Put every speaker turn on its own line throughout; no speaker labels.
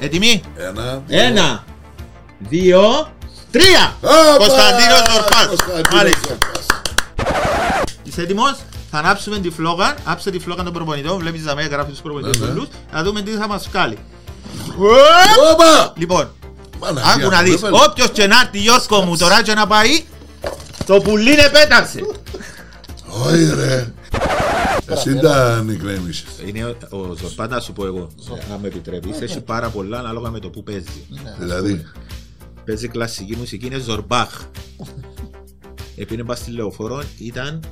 Έτοιμοι.
Ένα.
Ένα, δύο, τρία.
Α,
Κωνσταντίνος
πα-
Νορφάς.
Κωνσταντίνος
Μάλιστα.
Νορφάς.
Είσαι έτοιμος. Θα ανάψουμε τη φλόγα. Άψε τη φλόγα των προπονητών. Βλέπεις τα μέρα γράφει τους προπονητές
Ναι, ναι.
όλους. Να δούμε τι θα μας βγάλει.
Όπα!
Λοιπόν,
Παναγία
άκου
μου,
να δεις.
δεν θέλω.
Όποιος και να έρθει Γιώργο μου τώρα και να πάει, το πουλί είναι πέταξε.
Όχι ρε. Εσύ τα νικρέμισες.
Είναι ο- ο Ζορπά, να σου πω εγώ, αν με επιτρέπεις, έχει πάρα πολλά ανάλογα με το που παίζει.
Δηλαδή.
Παίζει κλασική μουσική, είναι Ζορμπάχ. Επειδή πας στη λεωφόρο ήταν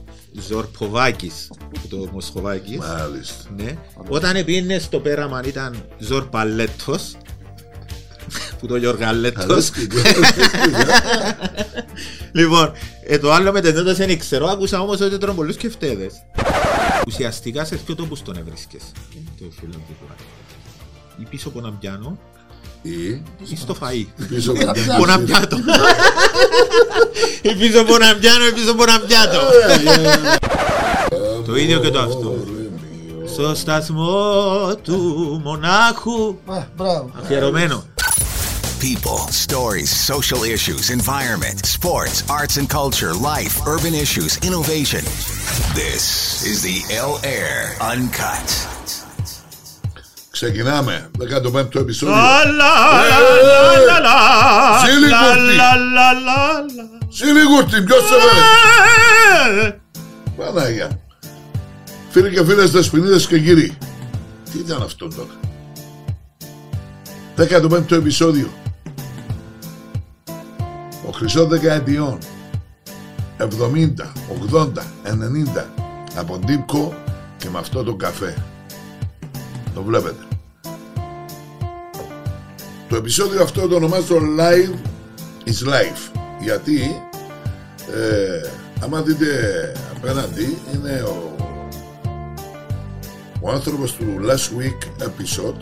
Ζορποβάκης, το Μοσχοβάκης.
Μάλιστα.
Ναι. Όταν πήγαινε στο πέραμα ήταν Ζορπαλέτος, που το Γιωργαλέτος.
Αρέσκει, αρέσκει.
Λοιπόν, ε, το άλλο με τις νότες δεν ξέρω, άκουσα όμως ότι ήταν πολλούς και φταίδες. Ουσιαστικά σε ποιο τόπους τον έβρισκες, το φίλο μου που πάει. Ή πίσω από έναν πιάνο,
Ή
ή στο φαΐ.
πίσω από την
Από έναν
πίστη.
πιάτο. Ή πίσω από έναν πιάνο, ή πίσω από έναν πιάτο. Το ίδιο και το αυτό. Στο σταθμό του μονάχου,
Α, Μπράβο.
αφιερωμένο.
People, stories, social issues, environment, sports, arts and culture, life, urban issues, innovation. This is the L Air Uncut.
Ξεκινάμε. 15ο επεισόδιο.
La, la, la, la, la, la.
Ζήλικο
La,
αυτή.
la, la, la, la.
Σιλίγουρτη, ποιος σε βάλε. Πανάγια. Φίλοι και φίλες, δεσποινίδες και κύριοι. Τι ήταν αυτό τώρα. 15ο επεισόδιο. Ο χρυσό δεκαετιών. 70, 80, 90. Από ντύπκο και με αυτό το καφέ. Το βλέπετε. Το επεισόδιο αυτό το ονομάζω Live is Life. Γιατί ε, άμα δείτε απέναντι είναι ο, ο άνθρωπος του last week episode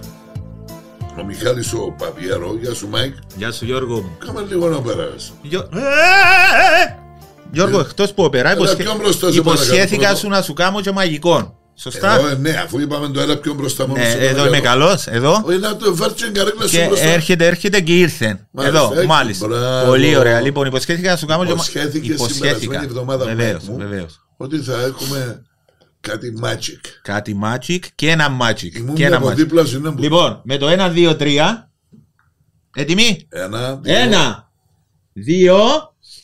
ο Μιχάλης ο Παπιέρο, γεια σου Μάικ,
Γεια σου Γιώργο μου.
κάμε λίγο να περάσεις.
Γιω- Ε! Γιώργο, εκτός που όπερα,
Έλα,
υποσχε-
πιο μπροστά σου,
υποσχέθηκα
παρακαλώ.
σου να σου κάνω και μαγικό. Σωστά.
Εδώ, ναι, αφού είπαμε το ένα πιο μπροστά μόνο.
Ναι, Εδώ είμαι καλός, εδώ.
Όχι να το βάρτσε καρέκλα
Και
σου μπροστά.
έρχεται, έρχεται και ήρθε.
Μάλιστα,
Εδώ,
εκεί,
μάλιστα.
μπράβο.
Πολύ ωραία. Λοιπόν, υποσχέθηκα να σου κάνω και μα-
Υποσχέθηκε στην περασμένη εβδομάδα Μάικ
Βεβαίως,
μου
βεβαίως.
ότι θα έχουμε κάτι magic.
Κάτι magic και ένα magic.
Ήμουν
Και ένα
από
magic.
δίπλα σου, είναι που-
Λοιπόν, με το 1, 2, 3. Έτοιμοι.
Ένα, δύο.
1, 2,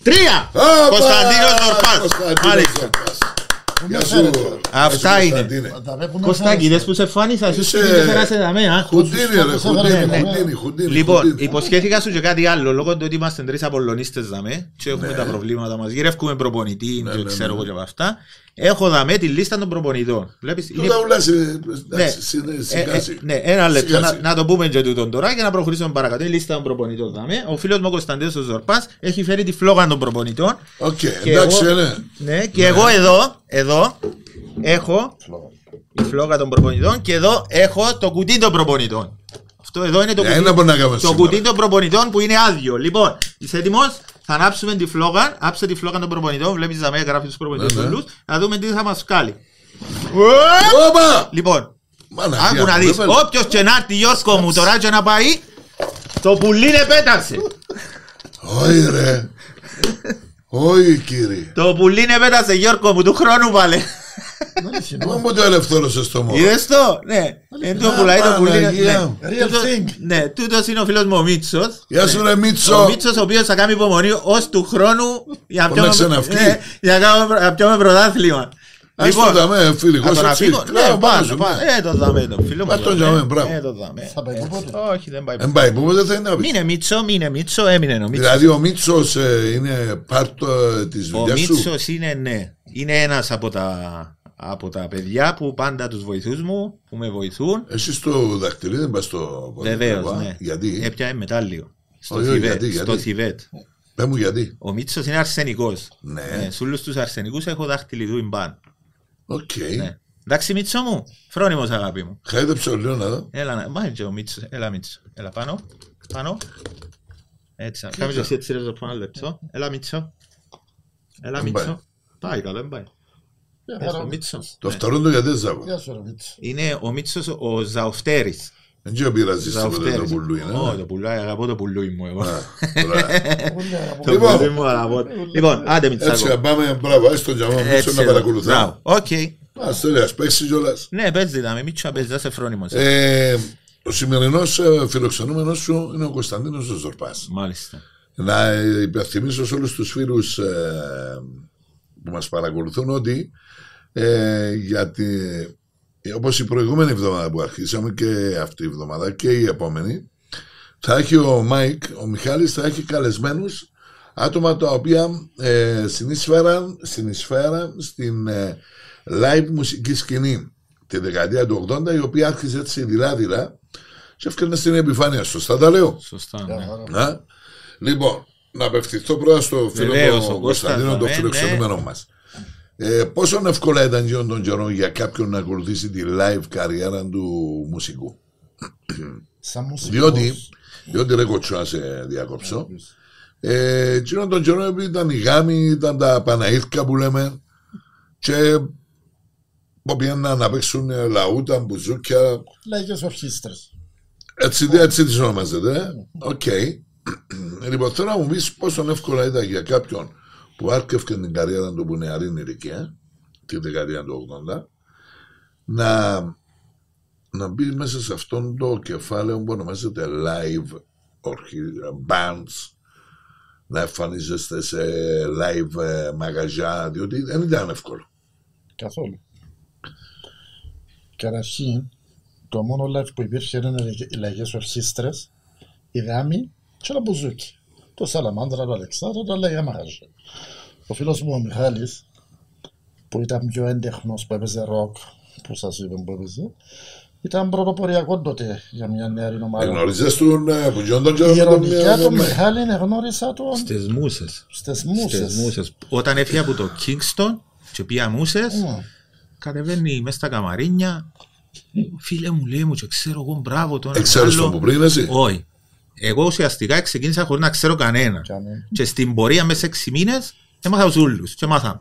3.
Α,
Κωνσταντίνος
πα-
Νορφάς.
Κωνσταντίνος
Μάλιστα.
Νορφάς. Γεια σου.
Αυτά
Γεια σου,
είναι.
Κωνσταντίνε.
Τα τα βλέπουμε
Κωστάκι,
σαν-
δες που σε φάνησα, σου
Είσαι-
σου και φέρασε τα μένα.
Χουντίνι, ρε,
Σωστά,
χουντίνι,
ναι, ναι.
χουντίνι, χουντίνι.
Λοιπόν,
χουντίνι.
υποσχέθηκα σου και κάτι άλλο, λόγω του ότι είμαστε τρεις απολωνίστες δαμέ και έχουμε
Ναι.
τα προβλήματα μας. Γυρεύκουμε προπονητή
Ναι,
και
ναι,
ξέρω
ναι.
εγώ και από αυτά. Έχω δαμέ τη λίστα των προπονητών. Βλέπεις,
Του
είναι-
λαούλας σε- εντάξει,
λοιπόν, Ναι.
συνε-
Ε, ε,
σιγάζει.
ναι, ένα λεπτό.
Σιγά-σιγά.
Να, να το πούμε και τούτον τώρα και να προχωρήσουμε παρακάτω. Η λίστα των προπονητών δάμε. Ο φίλος μου ο Κωνσταντίνος ο Ζορπάς έχει φέρει τη φλόγα των προπονητών.
Οκ,
Και
εντάξει,
εγώ-
ναι.
Ναι, και εγώ εδώ, εδώ έχω η φλόγα των προπονητών και εδώ έχω το κουτί των προπονητών. Αυτό εδώ είναι το
Ναι,
κουτί.
ένα μπορεί να κάνουμε
Το
σήμερα.
κουτί των προπονητών που είναι άδειο. Λοιπόν, είσαι έτοιμος, θα ανάψουμε τη φλόγα. Άψε τη φλόγα των προπονητών. Βλέπεις τα μέρα γράφει του προπονητές
Ναι, Ε! ναι.
όλου. Να δούμε τι θα μας βγάλει.
Όπα!
Λοιπόν,
Μάνα,
Άκου
γεια,
να δεις,
δεν παίρνω.
όποιος και να έρθει Γιώσκο μου τώρα και να πάει Το πουλί είναι πέταξε
Όχι, ρε. Όχι, κύριε.
Το πουλί είναι πέταξε Γιώργο μου, του χρόνου πάλι
Δεν έχει
Ε,
νόημα.
Μα μου το ελευθέρωσες στο μόνο.
Είδες το, ναι Εν το
Α,
πουλάει το πουλί είναι-
Παναγία
ναι.
μου.
Real
Τούτος-
thing.
Ναι, τούτος είναι ο φίλος μου ο Μίτσος
Γεια σου, ρε
ε, Ο
Μίτσος.
Μίτσος ο οποίος θα κάνει υπομονή ως του χρόνου για να
Τον
πιάμε-
ξαναυκεί.
ναι, για να κάνουμε- να πιάμε πρωτάθλημα Λοιπόν,
Ας το δαμέ, φίλοι.
να
εγώ
τον
σε
αφήνω,
ψήφι.
ναι,
Κλάω,
πάμε,
πάνω σου,
πάμε.
πάμε.
Ε, το δαμέ, το φίλο μου
Ας τον
το
δαμέ,
δαμέ.
μπράβο.
Ε, το δαμέ.
Θα πάει πότε.
Όχι, δεν πάει
Εν πάει, που Ε, δεν θα είναι να πεις.
Μείνε Μίτσος, μείνε Μίτσο, έμεινε ο Μίτσος.
Δηλαδή ο Μίτσος ε, είναι πάρτο της
Ο
δουλειάς σου.
Μίτσος είναι, ναι, είναι ένας από τα, από τα παιδιά που πάντα τους βοηθούς μου, που με βοηθούν.
Εσύ στο δακτυλί δεν πας στο
Βεβαίω,
πα.
ναι.
Ε, Γιατί,
Έπια μετάλλιο. Στο,
Όχι, όχι,
Θιβέτ,
γιατί,
στο
γιατί.
Θιβέτ.
πες μου γιατί.
Ο Μίτσος είναι αρσενικός.
Ναι.
σε όλους τους αρσενικούς έχω δάχτυλι του μπαν.
Οκ.
Ναι. Εντάξει Μίτσο μου, φρόνιμος αγάπη μου.
Χάιδεψε λίγο να δω.
Έλα, να- μα είναι και ο Μίτσος, έλα Μίτσο. Έλα πάνω, πάνω. Έτσι, να- κάμε και εσύ έτσι ρε το πάνω λεπτό. Έλα Μίτσο. Έλα
Δεν
Μίτσο. Πάει καλά, δεν πάει.
Γεια
Έλα,
σου,
Μίτσο.
Το φτερό του γιατί δεν ζάβω.
Γεια σου, ρε Μίτσο.
Είναι ο Μίτσος ο Ζαοφτέρης.
Δεν ξέρω πειράζει
Θα
τίποτα το ναι.
φταίρεις.
πουλού
Ω,
είναι.
το πουλούι, αγαπώ το πουλούι μου εγώ.
ε. Ωραία.
Πολύ αγαπώ.
Το
Λοιπόν.
πουλούι μου αγαπώ. Λοιπόν, άντε
Έτσι
Μιτσάκο.
να πάμε, μπράβο, έστω για μένα, πίσω να
εδώ.
παρακολουθώ.
Μπράβο. Οκ.
Ας θέλει, ας παίξει κιόλας.
Ναι, παίζει δυναμή, Μίτσο, παίζει, δάσε φρόνιμο.
Ε,
σε.
Ο σημερινός φιλοξενούμενος σου είναι ο Κωνσταντίνος Ζορπάς.
Μάλιστα.
Να ε, υπενθυμίσω σε όλους τους φίλους ε, που μας παρακολουθούν ότι ε, γιατί ε, όπως η προηγούμενη εβδομάδα που αρχίσαμε και αυτή η εβδομάδα και η επόμενη θα έχει ο Μάικ, ο Μιχάλης θα έχει καλεσμένους άτομα τα οποία ε, συνεισφέραν, συνεισφέραν στην ε, live μουσική σκηνή τη δεκαετία του 80 η οποία άρχισε έτσι δειλά-δειλά και έφτιανε στην επιφάνεια. Σωστά τα λέω.
Σωστά. ναι.
Να. Λοιπόν, να απευθυνθώ πρώτα στο φίλο
Βεβαίως, Ναι, ο Κώστας ναι,
τον Κωνσταντίνο, τον
Δαμέ,
φιλοξενούμενο μας. Ε, πόσο εύκολα ήταν γύρω των καιρών για κάποιον να ακολουθήσει τη live καριέρα του μουσικού.
Σαν μουσικός.
Διότι, διότι ρε κοτσό, να σε διακόψω.
Ναι,
Ε, εκείνον τον καιρό ήταν οι γάμοι, ήταν τα Παναήθηκα που λέμε και που πήγαιναν να παίξουν ε, λαούτα, μπουζούκια,
Λαϊκές ορχήστρες.
έτσι, έτσι τις ονομάζεται. ε. Οκ. λοιπόν, θέλω να μου πεις πόσο εύκολα ήταν για κάποιον που άρκευκε την καριέρα του που νεαρήν ηλικία, τη δεκαετία του 80, να, να μπει μέσα σε αυτόν το κεφάλαιο που ονομάζεται live ορχή- bands, να εμφανίζεστε σε live ε, μαγαζιά, διότι δεν ήταν εύκολο.
Καθόλου. Καταρχήν, το μόνο live που υπήρχε ήταν οι λαϊκές ορχήστρες, η δάμη και ένα μπουζούκι. Το Σαλαμάνδρα, το Αλεξάνδρα, το Λαϊκά Μαγαζιά. Ο φίλος μου ο Μιχάλης, που ήταν πιο έντεχνος που έπαιζε ροκ, που σας είπα που έπαιζε, ήταν πρωτοποριακό τότε για μια νεαρή ομάδα.
Εγνωρίζες τον ε, που γιόντον και με τον
Ηρωνικά τον
ε,
Μιχάλη εγνώρισα τον
Στις
ναι.
μουσες.
στις
Στις
μουσες.
μουσες. Όταν έφυγε από το Kingston και πήγα μουσες,
Ναι.
κατεβαίνει μέσα στα καμαρίνια. Φίλε μου, λέει μου, και ξέρω εγώ, μπράβο τον.
ε, ξέρεις
άλλο».
τον που πριν εσύ.
Όχι. Εγώ ουσιαστικά ξεκίνησα χωρίς να ξέρω κανένα.
Κανένα.
Και στην πορεία μέσα σε έξι μήνες έμαθα τους όλους και μάθαμε.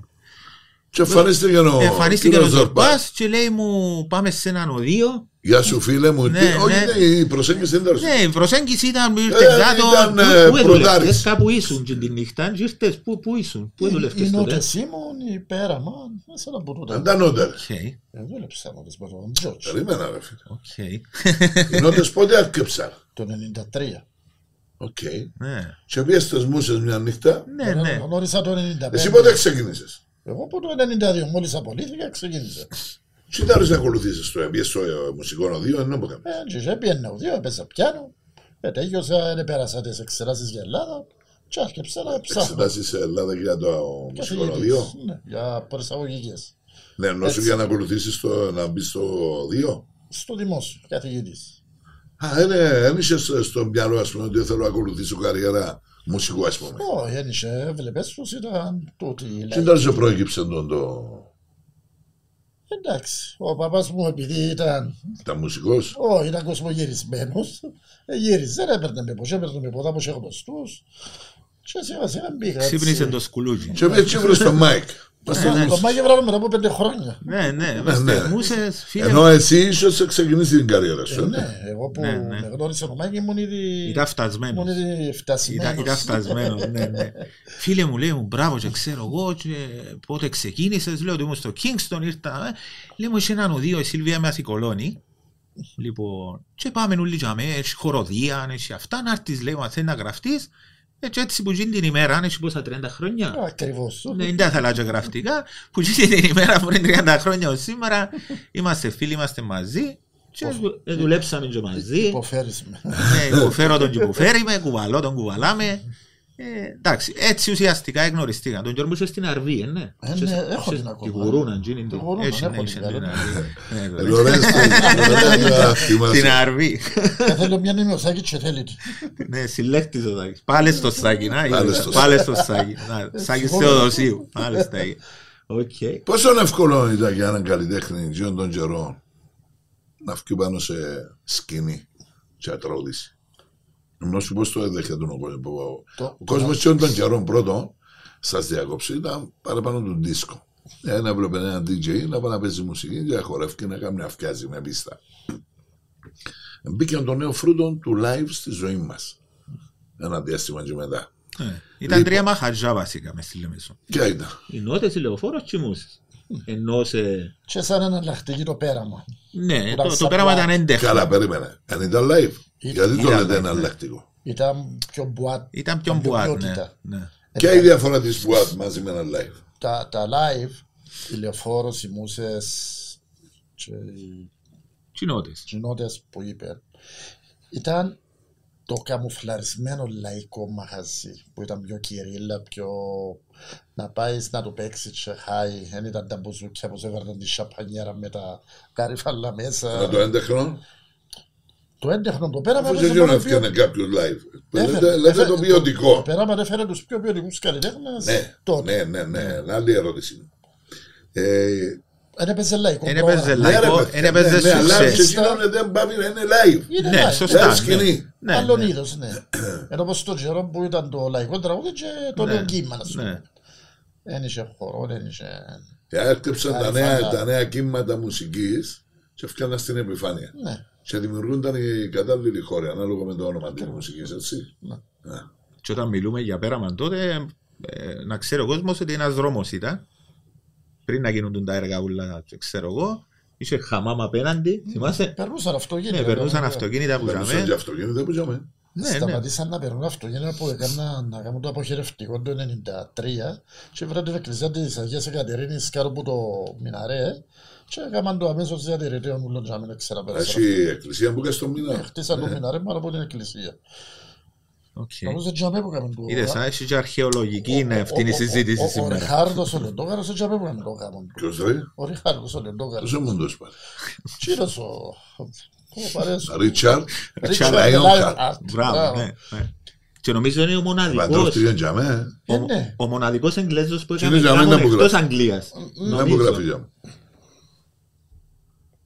Και εμφανίστηκε ο,
Εμφανίστηκε ο
κύριος
Ζορπάς και λέει μου πάμε σε έναν οδείο.
Γεια σου φίλε μου.
Ναι,
Τι- όχι,
ναι.
ναι, η προσέγγιση δεν ήταν.
Ναι, η προσέγγιση ήταν που
Ε,
ήρθες κάτω.
ήταν,
πού-
ε,
Πού
πρωτάρης.
δουλεύτες, κάπου ήσουν και την νύχτα. και Ήρθες, πού- πού ήσουν, πού δουλεύτες
Οι
τότε.
νότες ήμουν, η πέρα Ε, μου, μέσα από
Ναι.
τούτα.
Δεν ήταν νότερα.
Οκ,
Ε, Δούλεψα με τις Μπαρβαρών Τζότς
Περίμενα ρε
Ναι.
φίλε.
οκ.
Οι νότες πότε άρκεψαν.
το 93.
Οκ.
Ναι,
Και πήγες στις μουσες μια νύχτα.
ναι, ναι.
Ε, Γνώρισα το 95.
Εσύ πότε ξεκίνησες.
Εγώ από το 92 μόλις απολύθηκα ξεκίνησα.
Τι ήταν να ακολουθήσεις το Πήγες στο ε, μουσικό οδείο, ενώ που έκαμε.
Ε, και σε πιένα ο δύο, έπαιζα πιάνο. Ε, τέλειωσα, δεν πέρασα τις εξετάσεις για Ελλάδα. Και άρχισα να ψάχνω.
Εξετάσεις σε Ελλάδα για το μουσικό οδείο.
Καθηγητής, ναι, για προσαγωγικές.
Ναι, ενώ σου
Έτσι.
για να ακολουθήσεις το, να μπεις στο οδείο.
Στο δημόσιο, καθηγητής.
Α, είναι, δεν είσαι στο μυαλό ας πούμε ότι θέλω να ακολουθήσω καριέρα μουσικού ας
Ναι.
πούμε.
Όχι, δεν είχε, έβλεπες πως ήταν τούτη η
Τι
λαϊκή.
ήταν σε προέκυψε τον το...
Εντάξει, ο παπάς μου επειδή ήταν
Ήταν μουσικός.
Ω, ήταν κοσμογυρισμένος. Ε, Γύριζε, δεν έπαιρνε με ποτέ, έπαιρνε με ποτά, όπως έχω ποστούς. Και σιγά σιγά μπήκα. έτσι.
Ξύπνησε το Ναι, σκουλούκι.
Και έτσι βρες τον Μάικ.
Μας το- Το μάγιο βράδυ μετά από πέντε χρόνια.
Ναι, ναι,
ναι.
μουσες, φίλε μου.
Ενώ εσύ ίσως ξεκινήσεις την καριέρα σου. ε, ναι.
Ναι, εγώ που
Ναι, ναι.
με γνώρισε ο Μάγκη ήμουν ήδη,
Ήταν φτασμένος.
ήμουν ήδη
Ήταν,
φτασμένος.
ήταν φτασμένος, ναι, ναι. Φίλε μου, λέει μου, μπράβο και ξέρω εγώ και πότε ξεκίνησες, λέω ότι ήμουν στο Kingston, ήρθα. ε. Λέει μου, είσαι έναν οδείο, η Σίλβια με αθηκολώνει. Λοιπόν, και πάμε όλοι για μέ, έχει χοροδία, έχει αυτά, να έρθεις, λέει μου, αν θέλει να γραφτείς. Ε, και έτσι που γίνει την ημέρα, αν έχει πόσα 30 χρόνια.
Α, Ακριβώς.
Ναι, δεν θα αλλάξω γραφτικά. Που γίνει την ημέρα πριν 30 χρόνια ως σήμερα. Είμαστε φίλοι, είμαστε μαζί. Και δου- ε, δουλέψαμε και
Λοιπόν,
μαζί.
Υποφέρεις με.
Ναι, Υποφέρω τον και υποφέρουμε, κουβαλώ τον κουβαλάμε. Ε, εντάξει, έτσι ουσιαστικά εγνωριστήκαν. Τον Γιώργο είσαι στην Αρβή, ε, ναι.
Ε, ναι,
Είσαι-
έχω
είσαι-
την ακόμα.
Τη γουρούνα, τζίνι,
Τη
την
γουρούνα,
έτσι,
έχω
ναι,
την
είσαι
καλά.
στην Αρβή. Ε, ναι.
Λορέστο, Λορέστο, θυμάσαι.
Στην Αρβή.
Ε, Θέλω μια νημιωσάκη και θέλει. τη.
Ναι, συλλέκτης ο Σάκης. Πάλες
Ναι,
στο Σάκη, να,
Πάλες στο
πάλες στο Σάκη. Να,
Ε,
Σάκης
συγχωρώ.
Θεοδοσίου. Πάλες στα ίδια.
Ναι.
Οκ.
Πόσο εύκολο ήταν για έναν καλλιτέχνη τζιόν των καιρών να βγει πάνω σε σκηνή και να τραγουδήσει. Ενώ σου πώ το έδεχεται ο κόσμο.
Το-
Ο κόσμο τζιόν των καιρών πρώτο, σα διακόψει, ήταν παραπάνω του δίσκο. Ένα έβλεπε ένα DJ να πάει να παίζει μουσική και να χορεύει και να κάνει να φτιάζει με πίστα. μπήκε το νέο φρούτο του live στη ζωή μας. Ένα διάστημα και μετά.
Ε, Ήταν τρία
Λοιπόν.
μαχαζιά βασικά με στη Λεμεσό. Ναι.
Και ήταν.
Η νότες, η λεωφόρος ε, και η μούσες. Ενώ σε...
Και σαν εναλλακτική το πέραμα.
Ναι, το, το
σαν
πέραμα
πλάι.
ήταν έντεχα.
Καλά, περίμενε. Αν ήταν live. Γιατί
Ε, ήταν
το λέτε
live, ναι.
εναλλακτικό.
Ήταν πιο μπουάτ.
Ήταν πιο μπουάτ, ναι.
ποιότητα.
ναι.
Ποια είναι η διαφορά της Buat μαζί με ένα live.
Τα, τα live, η λεωφόρος, οι μουσες και οι
Τι νότες.
κοινότητες που είπε, ήταν το καμουφλαρισμένο λαϊκό μαγαζί που ήταν πιο κυρίλα, πιο... Να πάεις να το παίξεις τσεχάι, δεν ήταν τα μπουζούκια που σε έβαλαν τη σαπανιέρα με τα καρυφαλά
Με
μέσα.
το έντεχνο.
Το έντεχνο το πέραμα
Αφού δεν
μόνο
γύρω έφτιανε κάποιος live. Λέτε- Λέτε
έφερε-
το ποιοτικό.
Το πέραμα έφερε τους πιο ποιοτικούς καλλιτέχνες
Ναι,
τότε.
ναι, ναι, ναι. Άλλη ερώτηση. Ε,
Δεν έπαιζε λαϊκό
Εν έπαιζε
πρόγραμμα.
ναι, ρε,
λαϊκό,
παιδιά,
εν έπαιζε
ναι, ναι, αλλά και
σουξές.
εκείνο δεν πάει να είναι live.
Είναι
Ναι,
λαϊκό.
σωστά.
Άλλη
ναι.
σκηνή.
Ναι,
Άλλον
ναι.
είδος, ναι. Ενώ πως το καιρό που ήταν το λαϊκό τραγούδι και το
Ναι,
νέο κύμα, ας
ναι.
πούμε. Δεν είχε χορό, δεν είχε...
Έρχεψαν Ε, τα
Άλλη
νέα,
φάντα.
τα νέα κύματα μουσικής και έφτιαναν στην επιφάνεια.
Ναι.
Και δημιουργούνταν οι κατάλληλοι χώροι ανάλογα με το όνομα της μουσικής, έτσι. Α,
Και όταν μιλούμε για πέραμα τότε, ε, να ξέρει ο κόσμος ότι ένας δρόμος ήταν. Πριν να γίνουν τα έργα ούλα, ξέρω εγώ, είχε χαμάμα απέναντι, θυμάσαι.
Περνούσαν αυτοκίνητα.
Ναι, περνούσαν αυτοκίνητα που
ναι. Περνούσαν και
ζαμε.
αυτοκίνητα που είχαμε.
Ναι, ναι.
Σταματήσαν να περνούν αυτοκίνητα που έκαναν να κάνουν το αποχαιρευτικό το 93 και βρήκαν την εκκλησία της Αγίας Εκατερίνης κάτω από το Μιναρέ και έκαναν το αμέσως διατηρητήριο μου λόγια μην ξέρα
Έχει
περισσότερο.
η εκκλησία που είχες στο μήνα.
Χτίσαν
Ναι.
το Μιναρέ μόνο από την εκκλησία.
Οκ.
Νομίζω έτσι αμέ που έκαναν το
Ε. Είδες, α, έχει και αρχαιολογική είναι αυτή η συζήτηση
Ο
σήμερα.
Ριχάρδος ο Λεντόγαρος έτσι αμέ που έκαναν το γάμο του.
Ποιος ρε,
Ο Ριχάρδος ο Λεντόγαρος.
ποιος μοντό πάλι.
Κύριος ο... Ο παρέας.
Ρίτσαρτ,
Ρίτσαρντ
Λάιονχαρτ.
Λάιονχαρτ.
Μπράβο, ναι. ναι. Και νομίζω είναι ο μοναδικός
Παντρεύτηκε για μέ.
ο-
Ε, ναι.
ο μοναδικός Εγγλέζος που
Είναι
έκανε
για μένα
γάμον
που
εκτός
γράφει.
Αγγλίας.
Να μου
ε.
γράφει για μου.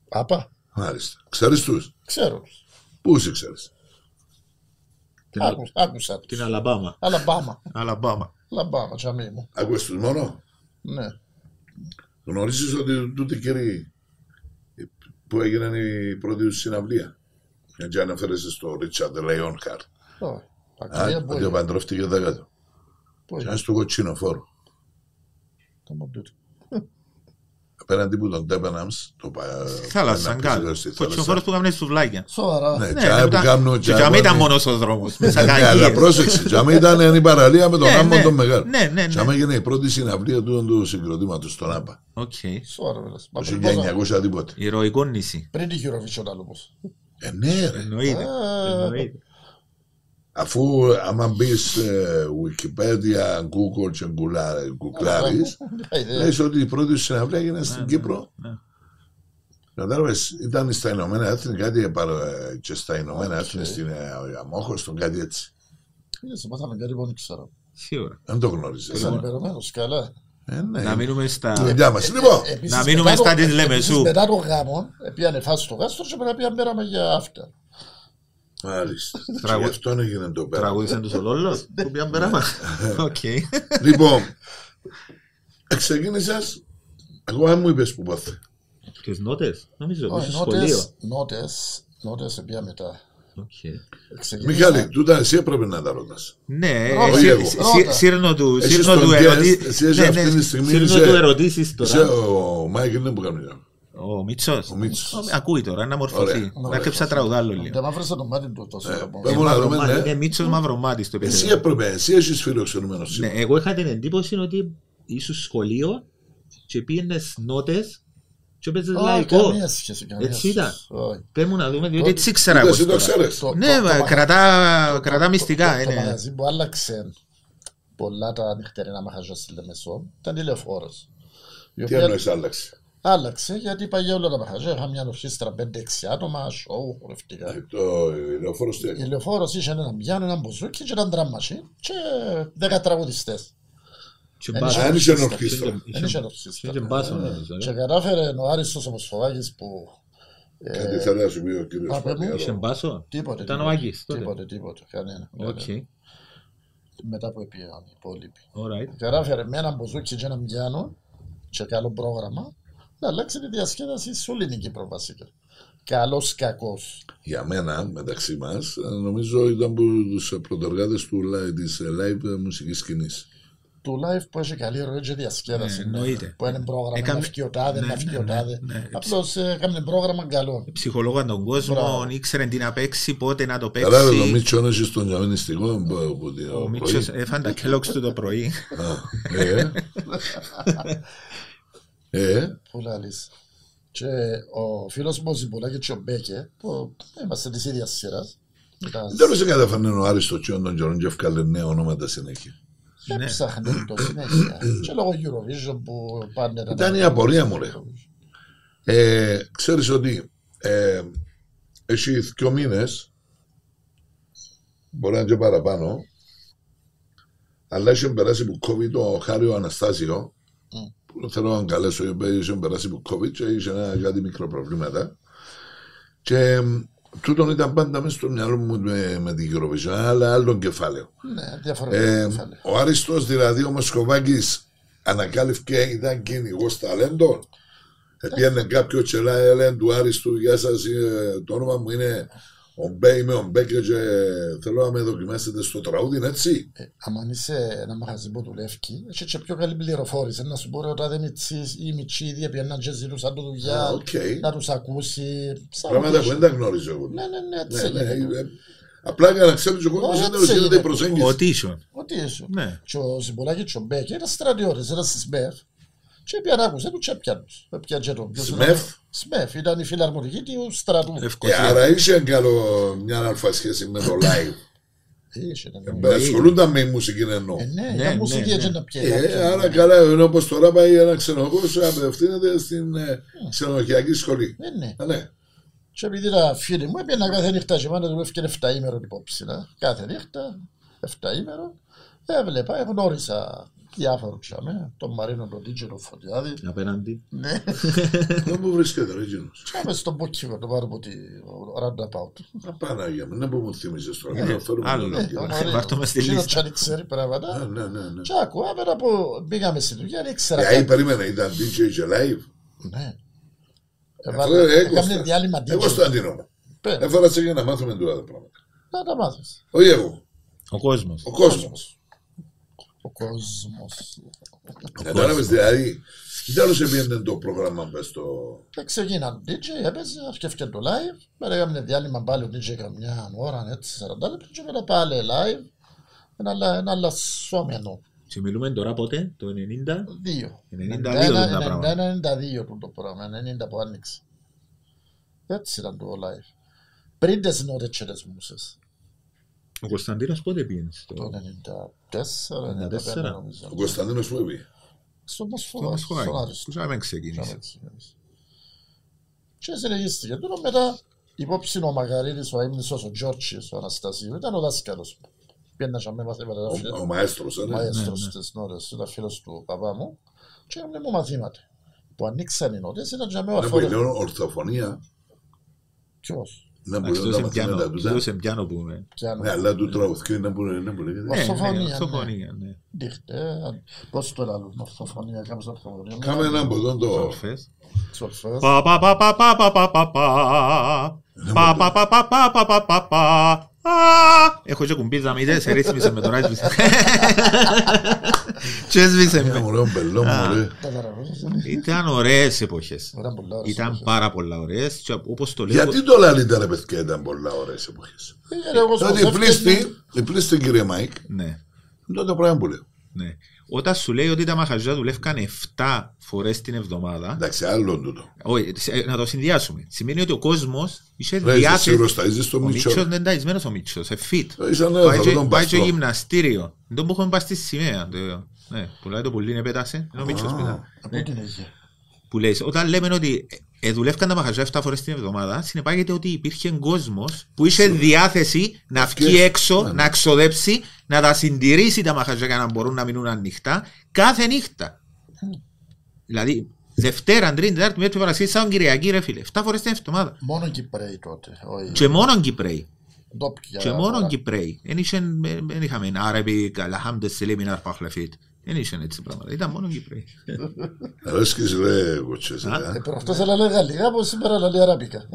Απα,
Μάλιστα. Ξέρεις τους.
ξέρω.
Πού είσαι, ξέρεις.
Την-
Άκουσα, άκουσα. τους.
Την Αλαμπάμα.
Αλαμπάμα.
Αλαμπάμα.
Αλαμπάμα, τσαμί μου.
Ακούες τους μόνο.
Ναι.
Γνωρίζεις ότι τούτη κύριοι που έγιναν η πρώτη τους συναυλία. Γιατί αναφέρεσαι στο Ρίτσαρντ Λέιονχαρτ.
Ω, ε, Ακραία
Ότι
μπορεί.
παντρεύτηκε δέκατο.
Μπορεί.
Και ένας του κοτσινοφόρου.
Το μόνο τούτο.
Απέναντι που τον Τέπεναμς, το πα...
Θάλασσα,
πέναν
κάτω.
πίσω στη θάλασσα.
Κοτσοφόρος που κάμνε σουβλάκια.
Σοβαρά.
Ναι,
Ναι,
τσάι που
ήταν-
κάμνω,
και
τσάι
για μένα
που-
ήταν μόνος ο δρόμος. Με
Ναι, αλλά
σακαγίες.
πρόσεξε, τσάμε ήταν η παραλία με τον
Ναι,
γάμο
ναι.
τον μεγάλο.
Ναι, ναι, ναι.
Τσάμε έγινε η πρώτη συναυλία του του συγκροτήματος στον ΑΠΑ.
Οκ.
Σοβαρά. μιλάς. Μα
Το
πριν πόσα-
1900 τίποτε.
Ηρωικό νησί.
Πριν τη Eurovision άλλο Ε, όμως.
Ε, ναι, ρε.
Εννοείται. Εννοείται.
Αφού άμα μπεις Wikipedia, Google και γκουλά- γκουκλάρεις,
Μια ιδέα.
λες ότι η πρώτη σου συναυλία έγινε στην Κύπρο.
Ε. ναι.
Κατάλαβες, ήταν στα Ηνωμένα Έθνη κάτι επαρο- και στα Ηνωμένα Έθνη στην ε, Αμόχωστο, κάτι έτσι.
Είναι σε μάθαμε κάτι που δεν ξέρω.
Σίγουρα.
Δεν το γνωρίζεις.
Σαν υπερομένος, καλά.
Ε, ναι.
Να Ε, μείνουμε
Η
στα.
δουλειά μας. Λοιπόν,
Επίσης,
Να μείνουμε
μετά το-
στα της Λεμεσού.
επίσης Μετά το γάμο, πήγανε φάση στο γάστρο και μετά πήγαν πέραμα για αυτά.
μάλιστα. Και
Τραγου-
Γι' αυτό έγινε το πέρα.
Τραγούδισαν τους ολόλος που πήγαν πέραμα. Οκ.
Λοιπόν, ξεκίνησες, εγώ αν μου είπες που πάθε.
Τις νότες. Νομίζω
Ω,
ότι στο
νότες-
σχολείο.
Νότες, νότες πήγα μετά.
Οκ. Ε,
Ξεκίνησα-
Μιχάλη, τούτα εσύ έπρεπε να τα ρωτάς.
Ναι,
Ρώτα.
σύ-
εγώ.
σύ-
Ρώτα.
σύρνω του
Εσύ
σύρνω
στον
του
guest,
ερωτη-
εσύ είσαι
ναι,
αυτή
ναι,
τη στιγμή,
σύρνω
είσαι-
του ερωτήσεις
Είσαι
τώρα.
ο Μάικλ δεν που κάνει να-
Ο Μίτσος.
Ο Μίτσος.
Ο- Ακούει τώρα, να
Ωραία.
μορφωθεί. Να
Ωραία.
κρύψα τραγουδάλλο
Δεν
λίγο.
μ' άφησε το μάτι του
Ε,
Ε,
τόσο. λοιπόν.
πάμε να δούμε, ναι.
Είναι Μίτσος Μαυρομάτης το
Εσύ
επίπεδο.
έπρεπε, εσύ έχεις φιλοξενούμενος
Ναι,
σήμερα.
εγώ είχα την εντύπωση ότι ήσουν σχολείο και πήγαινες νότες και έπαιζες
Ω,
λαϊκό.
καμία σχέση, καμία
Έτσι
σχέση.
ήταν.
Όχι.
Πέμουν να δούμε, διότι
Το-
έτσι ξέρα
Ούτε
εγώ
Εσύ το
τώρα.
ξέρεις.
Το-
Ναι,
το-
μα,
το μαγαζί-
κρατά, κρατά μυστικά.
Το το
Είναι.
μαγαζί που άλλαξε πολλά τα νυχτερινά μαχαζιά στη Λεμεσό ήταν η Λεωφόρος. Η
Τι
οποία
εννοείς άλλαξε.
Άλλαξε γιατί παγιά όλα τα μαχαζιά είχαν μια ορχήστρα 5-6 άτομα, σοου,
Ναι.
χορευτικά.
Ε.
Το ηλεοφόρος τι
Η
έκανε.
Λεωφόρος είχε έναν πιάνο, έναν μπουζούκι και έναν τραμμασί και 10 τραγουδιστές.
Και
Εν
μπάσο.
Αν είσαι
ορχήστρα.
ενορχήστρα.
Δεν είχε
Και
ορχήστρα.
μπάσο, νομίζω, ε.
Ναι.
Και κατάφερε ο Άριστος ο Μοσφοβάκης που
Κάτι θέλει να σου πει ο κύριος
Παπέ μου,
Φανιάρο.
Είχε μπάσο.
τίποτε,
Ήταν ο
τίποτε,
Άγγις τότε.
τίποτε, τίποτε, κανένα.
Οκ,
κανένα. Μετά που πήγαν οι υπόλοιποι.
alright.
Γράφερε με έναν μπουζούκι και έναν πιάνο και καλό πρόγραμμα να αλλάξει τη διασκέδαση σε όλη την Κύπρο βασικά. καλός κακός.
Για μένα, μεταξύ μας, νομίζω ήταν από τους πρωτοργάτες της live μουσικής σκηνής.
Του live που έχει καλή ροή και διασκέδαση.
Ναι, εννοείται.
Που είναι πρόγραμμα
Έκαμε-
να φύγει ο τάδε,
Ναι,
να φύγει ο
ναι,
τάδε.
ναι, ναι.
Απλώς ε, έκανε πρόγραμμα καλό.
Ψυχολόγα τον κόσμο,
Μπράβο.
ήξερε τι να παίξει, πότε να το
Καλά, ρε, ο
παίξει.
Μίτσο είναι στον διαγωνιστικό. που- που- που-
Ο
πρωί.
Μίτσος έφανε τα κελόξ του το πρωί.
Α, Ε. Ε.
Που λαλείς. Και ο φίλος μου ο Ζιμπουλάκης και ο Μπέκε, που είμαστε της ίδιας σειράς. ήταν-
Δεν ξέρω σε καταφέρνει ο Άρης το τσιόν των Τζορών και έφκαλε νέα ονόματα συνέχεια.
Ναι.
Έψαχνε το συνέχεια. και λόγω Eurovision που πάνε... να-
Ήταν η απορία μου, ρε. Ε, ξέρεις ότι ε, έχει δύο μήνες, μπορεί να είναι και παραπάνω, αλλά είχε περάσει που COVID ο Χάριο Αναστάσιο, που θέλω να τον καλέσω, είχε περάσει που COVID και είχε ένα, κάτι μικρό προβλήματα. Και εμ, τούτον ήταν πάντα μέσα στο μυαλό μου με, με την Eurovision, αλλά άλλο κεφάλαιο.
Ναι,
Ε,
διαφορετικά κεφάλαια.
ο Άριστος δηλαδή ο Μοσκοβάκης ανακάλυφθηκε ήταν κυνηγός ταλέντων. Επιένε κάποιο τσελά έλεγε του Άριστου «Γεια σας, ε, το όνομα μου είναι ο Μπέ, είμαι ο Μπέ και ε, θέλω να με δοκιμάσετε στο τραγούδι, είναι έτσι».
Ε, Αν είσαι ένα μαγαζί που δουλεύει, έχει και πιο καλή πληροφόρηση. Να σου πω ρε, ο τάδε Μιτσής ή η Μιτσίδη πιέναν και ζητούσαν του δουλειά,
Α, οκ.
να τους ακούσει. σαν
Πράγματα
ότι-
που δεν τα γνωρίζω εγώ.
Ναι, ναι, ναι,
Ναι,
έτσι
ναι,
είναι.
ε, Απλά για να ξέρεις εγώ
Ω,
πώς
έτσι
είναι πώς γίνεται
είναι.
η προσέγγισης.
Ότι ήσουν.
Ότι είσαι.
Ναι.
Και ο Ζιμπολάκη και ο Μπέκε ήταν στρατιώτες, ήταν στη ΣΜΕΦ. Και έπιαν άκουσε του και έπιαν τους. Έπιαν και τον. ποιος
ΣΜΕΦ?
ήταν ο- ΣΜΕΦ ήταν η φιλαρμονική του στρατού.
Ε,
Ευκολία.
άρα είχε καλό μια αλφα σχέση με το live.
Είχε, ναι.
Ε, Ασχολούνταν με η μουσική εννοώ.
Ε, Ναι,
ναι,
ήταν μουσική
ναι,
έτσι
ναι.
να πιέζει.
Ε, άρα καλά, ενώ όπως τώρα πάει ένα ξενοδοχείο, απευθύνεται στην ε, ξενοδοχειακή σχολή.
Ε, ναι.
Ε, ναι.
Και επειδή ήταν φίλοι μου, έπαιρνα κάθε νύχτα και μάνα δουλεύει και 7 ημέρο υπόψη. ε. Κάθε νύχτα, 7 ημέρο, έβλεπα, γνώρισα διάφορους ξαμέ, τον Μαρίνο, τον Τίτζο, τον Φωτιάδη.
Απέναντι.
Ναι,
Δεν μου βρίσκεται, ρε Τζίνο.
πάμε στον Πόκκιβο, το πάρω από τη roundabout.
Απάναγια μου, δεν μου θυμίζεις τώρα. Ε, φέρουμε
άλλο
ένα
λόγο.
κείμενο.
Ωραία. Βάρτο μες στη
Εκείνο
λίστα.
κι αν ξέρει
Ε,
πράγματα.
Ναι, ναι, ναι.
Και άκουα, πέρα από μπήκαμε στη δουλειά, δεν ήξερα
Ε, ε,
κάτι.
περίμενε, ήταν DJ και live.
Ναι.
Ε,
Έβαλα-
εγώ
Έκαμε
στα-
διάλειμμα
Εγώ στο Ε,
Τίτζο.
αντίνο.
Πέρα,
Έφερα σε για να μάθουμε τώρα πράγματα.
Να τα μάθεις.
Όχι εγώ,
Ο κόσμος.
ο κόσμος.
Ο κόσμος.
Κατάλαβε δηλαδή. Τι άλλο έπαιρνε το πρόγραμμα, πες το.
Και ξεκίναν DJ, έπαιζε, αρκεύκε το live. Μετά έκαμε διάλειμμα πάλι ο DJ καμιά ώρα, ναι, έτσι, 40 λεπτά. Και μετά πάλι live. Ένα, άλλα- ένα άλλο σώμενο.
Και μιλούμε τώρα πότε, το 90.
Δύο.
92 ήταν τα πράγματα.
91-92 το πράγμα, 90 που άνοιξε. Έτσι ήταν το live. Πριν τις νότες και τις μουσες.
Ο Κωνσταντίνος πότε πήγαινε
Το
στο.
94, 95
94.
νομίζω.
Ο Κωνσταντίνος που έπαιρνε.
Στο
Το
Μοσχολάρι.
Μασχολάκι.
στον Άριστο.
Κουσάμε ξεκίνησε.
Και συνεχίστηκε. Τώρα μετά υπόψη ο Μακαρίδης, ο Αίμνησος, ο Τζόρτσις, ο Αναστασίου ήταν ο δάσκαλος μου. Πήγαινα και με μαθήματα τα
Ο,
φίλε-
ο ε, ναι. maestro,
Ε, ο μαέστρος της νότες, ήταν φίλος του παπά μου και έκανε μου μαθήματα. Που ανοίξαν οι νότες ήταν και με ο
Να που
αφόρος.
λέω ορθοφωνία.
Ποιος.
Να που
Εντάξει,
λέω τα
τόσε
μαθήματα
πιάνο-
του.
τόσε πιάνο πούμε.
Και αν
Ναι, αλλά του τραγουδιού είναι που είναι που λέγεται.
Ναι,
Ορθοφωνία,
ναι,
ναι.
Ορθοφωνία, ναι.
δείχτε, αν- πώς το λαλούν, ορθοφωνία, κάμες ορθοφωνία.
Κάμε
ναι.
έναν από εδώ το.
Ορφές.
Σορφές.
Pa pa pa pa pa pa pa pa pa. Pa pa pa pa pa pa pa pa pa. Α, Έχω και κουμπί δαμίδε, σε ρύθμισε με τον Άσβησε. Και έσβησε
Ένα
με.
ωραίο μπελό μου, ρε.
Τα ταραγωγές είναι-
Ήταν ωραίες εποχές.
Ήταν πολλά ωραία
Ήταν
σορφές.
πάρα πολλά ωραίες και όπως το λέω...
Γιατί το λαλί τα ρε παιδιά ήταν πολλά ωραίες εποχές.
Ε, ρε, εγώ στο
Τότε η
Σεφ και-
πλήστη, η πλήστη κύριε Μάικ,
Ναι,
είναι τότε το πράγμα που λέω.
ναι. Όταν σου λέει ότι τα μαχαζιά δουλεύκαν 7 φορές την εβδομάδα,
Εντάξει, άλλο τούτο.
όχι, ε, να το συνδυάσουμε, σημαίνει ότι ο κόσμος είχε
Ρε, είσαι σίγουρος,
διάθεση...
θα είσαι στο
Ο Μίτσος
Μίτσο.
δεν ταϊσμένος ο Μίτσος, ε, fit.
Ε, Ήσαν
Πάει
ένα
και-
τον
Πάει και
παστό.
γυμναστήριο. Δεν που έχουμε πάει στη σημαία. το- ναι, Που λέει το πουλί είναι πέτασε. Είναι ο Μίτσος πέτασε.
Από την Αιγαία.
Που λες, όταν λέμε ότι ε, ε, δουλεύκαν τα μαχαζιά 7 φορές την εβδομάδα, συνεπάγεται ότι υπήρχε κόσμος που είχε διάθεση να βγει
Και-
έξω, να ξοδέψει, να τα συντηρήσει τα μαχαζιά για να μπορούν να μείνουν ανοιχτά κάθε νύχτα. Δηλαδή, Δευτέρα, Τρίτη, Τετάρτη, Μέρτη, Παρασκευή, σαν Κυριακή, ρε φίλε. 7 φορές την εβδομάδα.
Μόνο Κυπρέοι τότε. όχι.
Και μόνο Κυπρέοι.
Ντόπια.
Και μόνο Κυπρέοι. Εν είχαν- εν είχαμε Άραβοι, Αλαχάμδες, Σελίμιν, Αρπαχλαφίτ. Δεν ήσαν έτσι πράγματα. Ήταν μόνο Κυπρέοι.
Αρέσκεις Ε, ρε κοτσές.
Α,
ε.
Προχτές έλα λέει Γαλλικά, από σήμερα έλα λέει Αραβικά.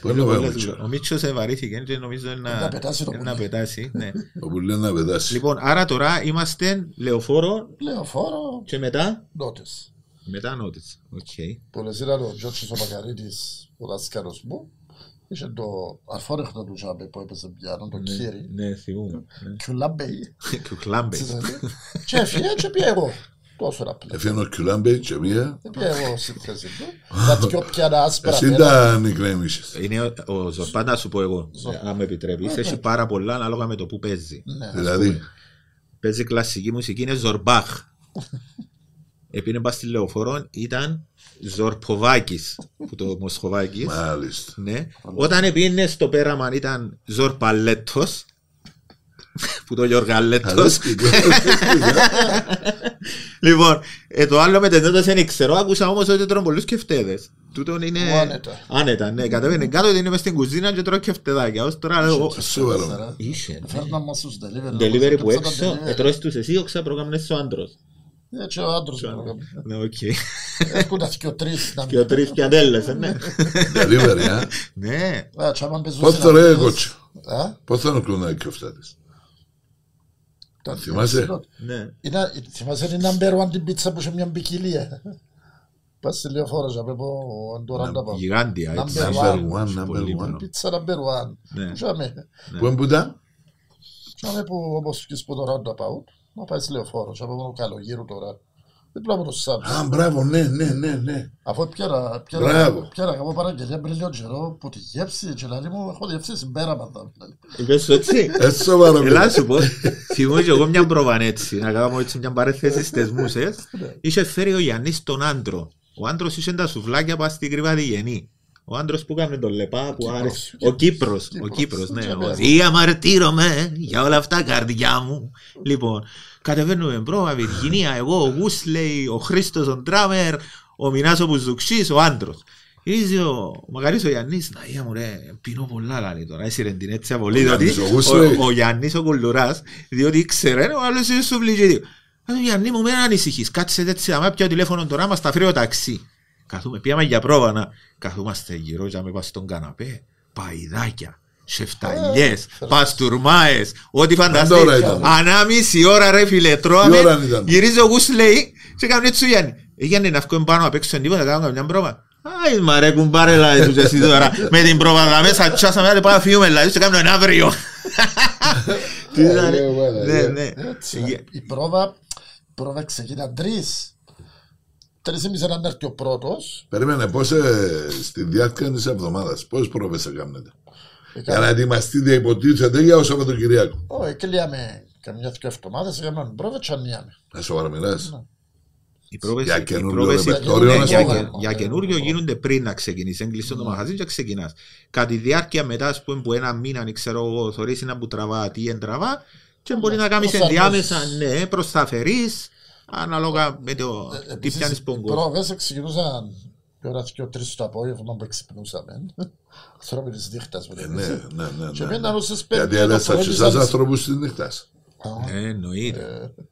Πολύ ωραίο
Πολλές
Μίτσο.
δουλειές. Ο Μίτσος ευαρύθηκε και νομίζω να,
Να πετάσει το
να
κουμπί.
πετάσει, ναι.
Όπου λένε να πετάσει.
λοιπόν, άρα τώρα είμαστε λεωφόρο
Λεωφόρο,
και μετά.
νότες.
Μετά νότιτς. Οκ. ναι,
Πολλές ήταν ο Γιώργος ο Μακαρίτης, ο δάσκαλος μου. Είχε το αφόρεχτο του Ζάμπε που έπαιζε πιάνο, το κύρι.
Ναι, θυμούμαι.
Κιουλάμπεϊ.
Του κλάμπε.
Ναι.
Και έφυγε και πήγα εγώ. Τόσο απλά.
Έφυγαν ο Κιουλάμπε και μία.
Δεν πήγα εγώ στη θέση του. Τα δυο πιάνα άσπρα.
Εσύ
πέρα.
τα νικρέμισες.
Είναι ο, ο Ζορπάν, να σου πω εγώ, ε, αν με επιτρέπεις. Έχει πάρα πολλά ανάλογα με το που παίζει.
Ναι.
Δηλαδή,
Παίζει κλασική μουσική, είναι Ζορμπάχ. Επειδή πα στη λεωφόρο, ήταν Ζορποβάκης που το Μοσχοβάκης.
μάλιστα.
Ναι. Όταν πήγαινε στο πέραμα ήταν Ζορπαλέτος. που το Γιωργαλέτο.
Αρέσκει, αρέσκει.
λοιπόν, ε, το άλλο με τα νιώτα δεν ξέρω. Άκουσα όμως ότι τρώνε πολλούς κεφτέδες. Τούτον είναι.
Ω, άνετα.
Άνετα, ναι. Κατέβαινε κάτω και είναι μες στην κουζίνα και τρώει κεφτεδάκια. Ως τώρα λέω.
Σοβαρό.
Είσαι. ναι.
Φέρναν μας τους delivery.
Delivery που
Παίξαν τα
έξω,
delivery.
ε, τρώεις τους εσύ ο ξαπροκάμνες ο άντρος.
Ε, και ο άντρος μου ε, έκανε.
Ναι, οκ.
Έρχονταν και ο τρεις να
Και ο τρεις και αντέλες, ε, ναι.
Delivery, α.
Ναι.
Ε, και άμα παίζουν
Πώς το
συναυλίες-
ρε κοτσο.
Α,
Πώς θα νοκλούν και αυτά της.
το-
Θυμάσαι.
Ναι.
Είναι- Θυμάσαι την number one την πίτσα που είχε μια ποικιλία. Πας στη λεωφόρος να πω ο
Ναι,
Αντοράντα πάω.
Γιγάντια, έτσι.
Number
Πολύ
one, number
πολύ
one.
μόνο.
Πίτσα number one.
Ναι.
Τζάμε.
Πού είναι που ήταν.
Τζάμε που όπως φύγεις που το Roundabout, να πάει στη λεωφόρο. Τζάμε από το καλογύρου τώρα. Δίπλα από το Σάμπ.
Α, μπράβο, ναι, ναι, ναι, ναι.
Αφού πιάρα, πιάρα,
Μπράβο.
πιάρα εγώ παραγγελία πριν λίγο καιρό που τη γεύση και λέει μου έχω διεύσει μπέρα πάντα.
Είπες το έτσι.
Έτσι Ε, σοβαρό.
Ελά σου πω, θυμούμαι και εγώ μια προβαν έτσι, να κάνω έτσι μια παρέθεση στις μουσες.
Ναι.
Είχε φέρει ο Γιάννης τον άντρο. Ο άντρος είχε τα σουβλάκια πάνω στην κρυβάδη γενή. Ο άντρος που έκανε τον λεπά, που άρεσε. Ο Κύπρος, ο
Κύπρος.
Κύπρος, ναι.
Και
Ο-
πέρα.
Διαμαρτύρομαι για όλα αυτά, καρδιά μου. Λοιπόν, κατεβαίνουμε μπρο, Βιργινία, εγώ, ο Γούσλεϊ, ο Χρήστος, ο Ντράμερ, ο Μινάς ο Μπουζουξής, ο άντρος. Ήρθε ο Μακαρίς ο Γιάννης, να «Ία μου ρε, πίνω πολλά λαλή τώρα, έσυρε την έτσι απολύτωτη».
Γιάννης ο Γούσλεϊ.
Ο- Ο Γιάννης ο Κουλουράς, διότι ήξερε, ο άλλος είναι στο βλυγίδι. «Α, Γιάννη μου, μην ανησυχείς, κάτσε έτσι, άμα πιάω τηλέφωνο τώρα, μας τα φέρει ο ταξί. Καθούμε, πήγαμε για πρόβανα. Καθούμαστε γύρω για να μην πας στον καναπέ. Παϊδάκια, σεφταλιές, παστουρμάες, ό,τι φανταστεί.
Παντόρα ήταν.
Ανάμιση ώρα ρε φίλε, τρώαμε.
Τι ώρα ήταν?
Γυρίζει ο Γκους λέει, σε κάνει έτσι ο Γιάννη. Ε, Γιάννη να βγούμε πάνω απ' έξω τίποτα, κάνουμε μια πρόβα. Άι, μα ρε κουμπάρε λάδι τους εσύ τώρα. Με την πρόβα τα μέσα τσάσαμε, άντε πάμε φύγουμε λάδι, σε κάνουμε ένα αύριο. Τι ήταν,
Ε, βέβαια,
ναι,
ε.
ναι. Ε,
Έτσι, η πρόβα, η πρόβα ξεκίνα τρεις. Τρεις εμείς έναν έρθει ο πρώτος.
Περίμενε, πώς ε, στη διάρκεια της εβδομάδας, πώς πρόβες έκανετε.
Ε,
Για να
Έκανα-
ετοιμαστείτε υποτίθεται για το Σαββατοκυριακό.
Ω, Εκλείαμε καμιά δυο εβδομάδες, έκαναμε την πρόβα και ανοίαμε.
Να Ε, σοβαρά
Ναι.
μιλάς.
Οι πρόβες,
Για
οι
καινούριο
πρόβες-
ρεπερτόριο,
ναι,
να
για,
σου πω. Ναι.
για, για καινούριο γίνονται πριν να ξεκινήσει. Έγκλειστο το μαγαζί και ξεκινάς. Κατά τη διάρκεια μετά, ας πούμε, που ένα μήνα, αν ξέρω εγώ, θεωρεί ένα που τραβά, τι εν τραβά, και μπορεί
Ναι,
να κάνεις
προσαρμόζεις.
ενδιάμεσα, ναι, προσταφερεί, ανάλογα με το
Ε,
τι
Επίσης,
πιάνει
Οι
πογκό.
πρόβες ξεκινούσαν η ώρα δυο τρεις το απόγευμα που ξυπνούσαμε. Ανθρώποι της νύχτας
Ε,
βλέπεις.
Ναι, ναι, ναι.
Και
ναι.
πήγαιναν όσες
Γιατί
πέντε το
έλασα
πρωί
και
της
εσάς
άλλης-
ανθρώπους της νύχτας.
Α,
Ε, Εννοείται.
Ε.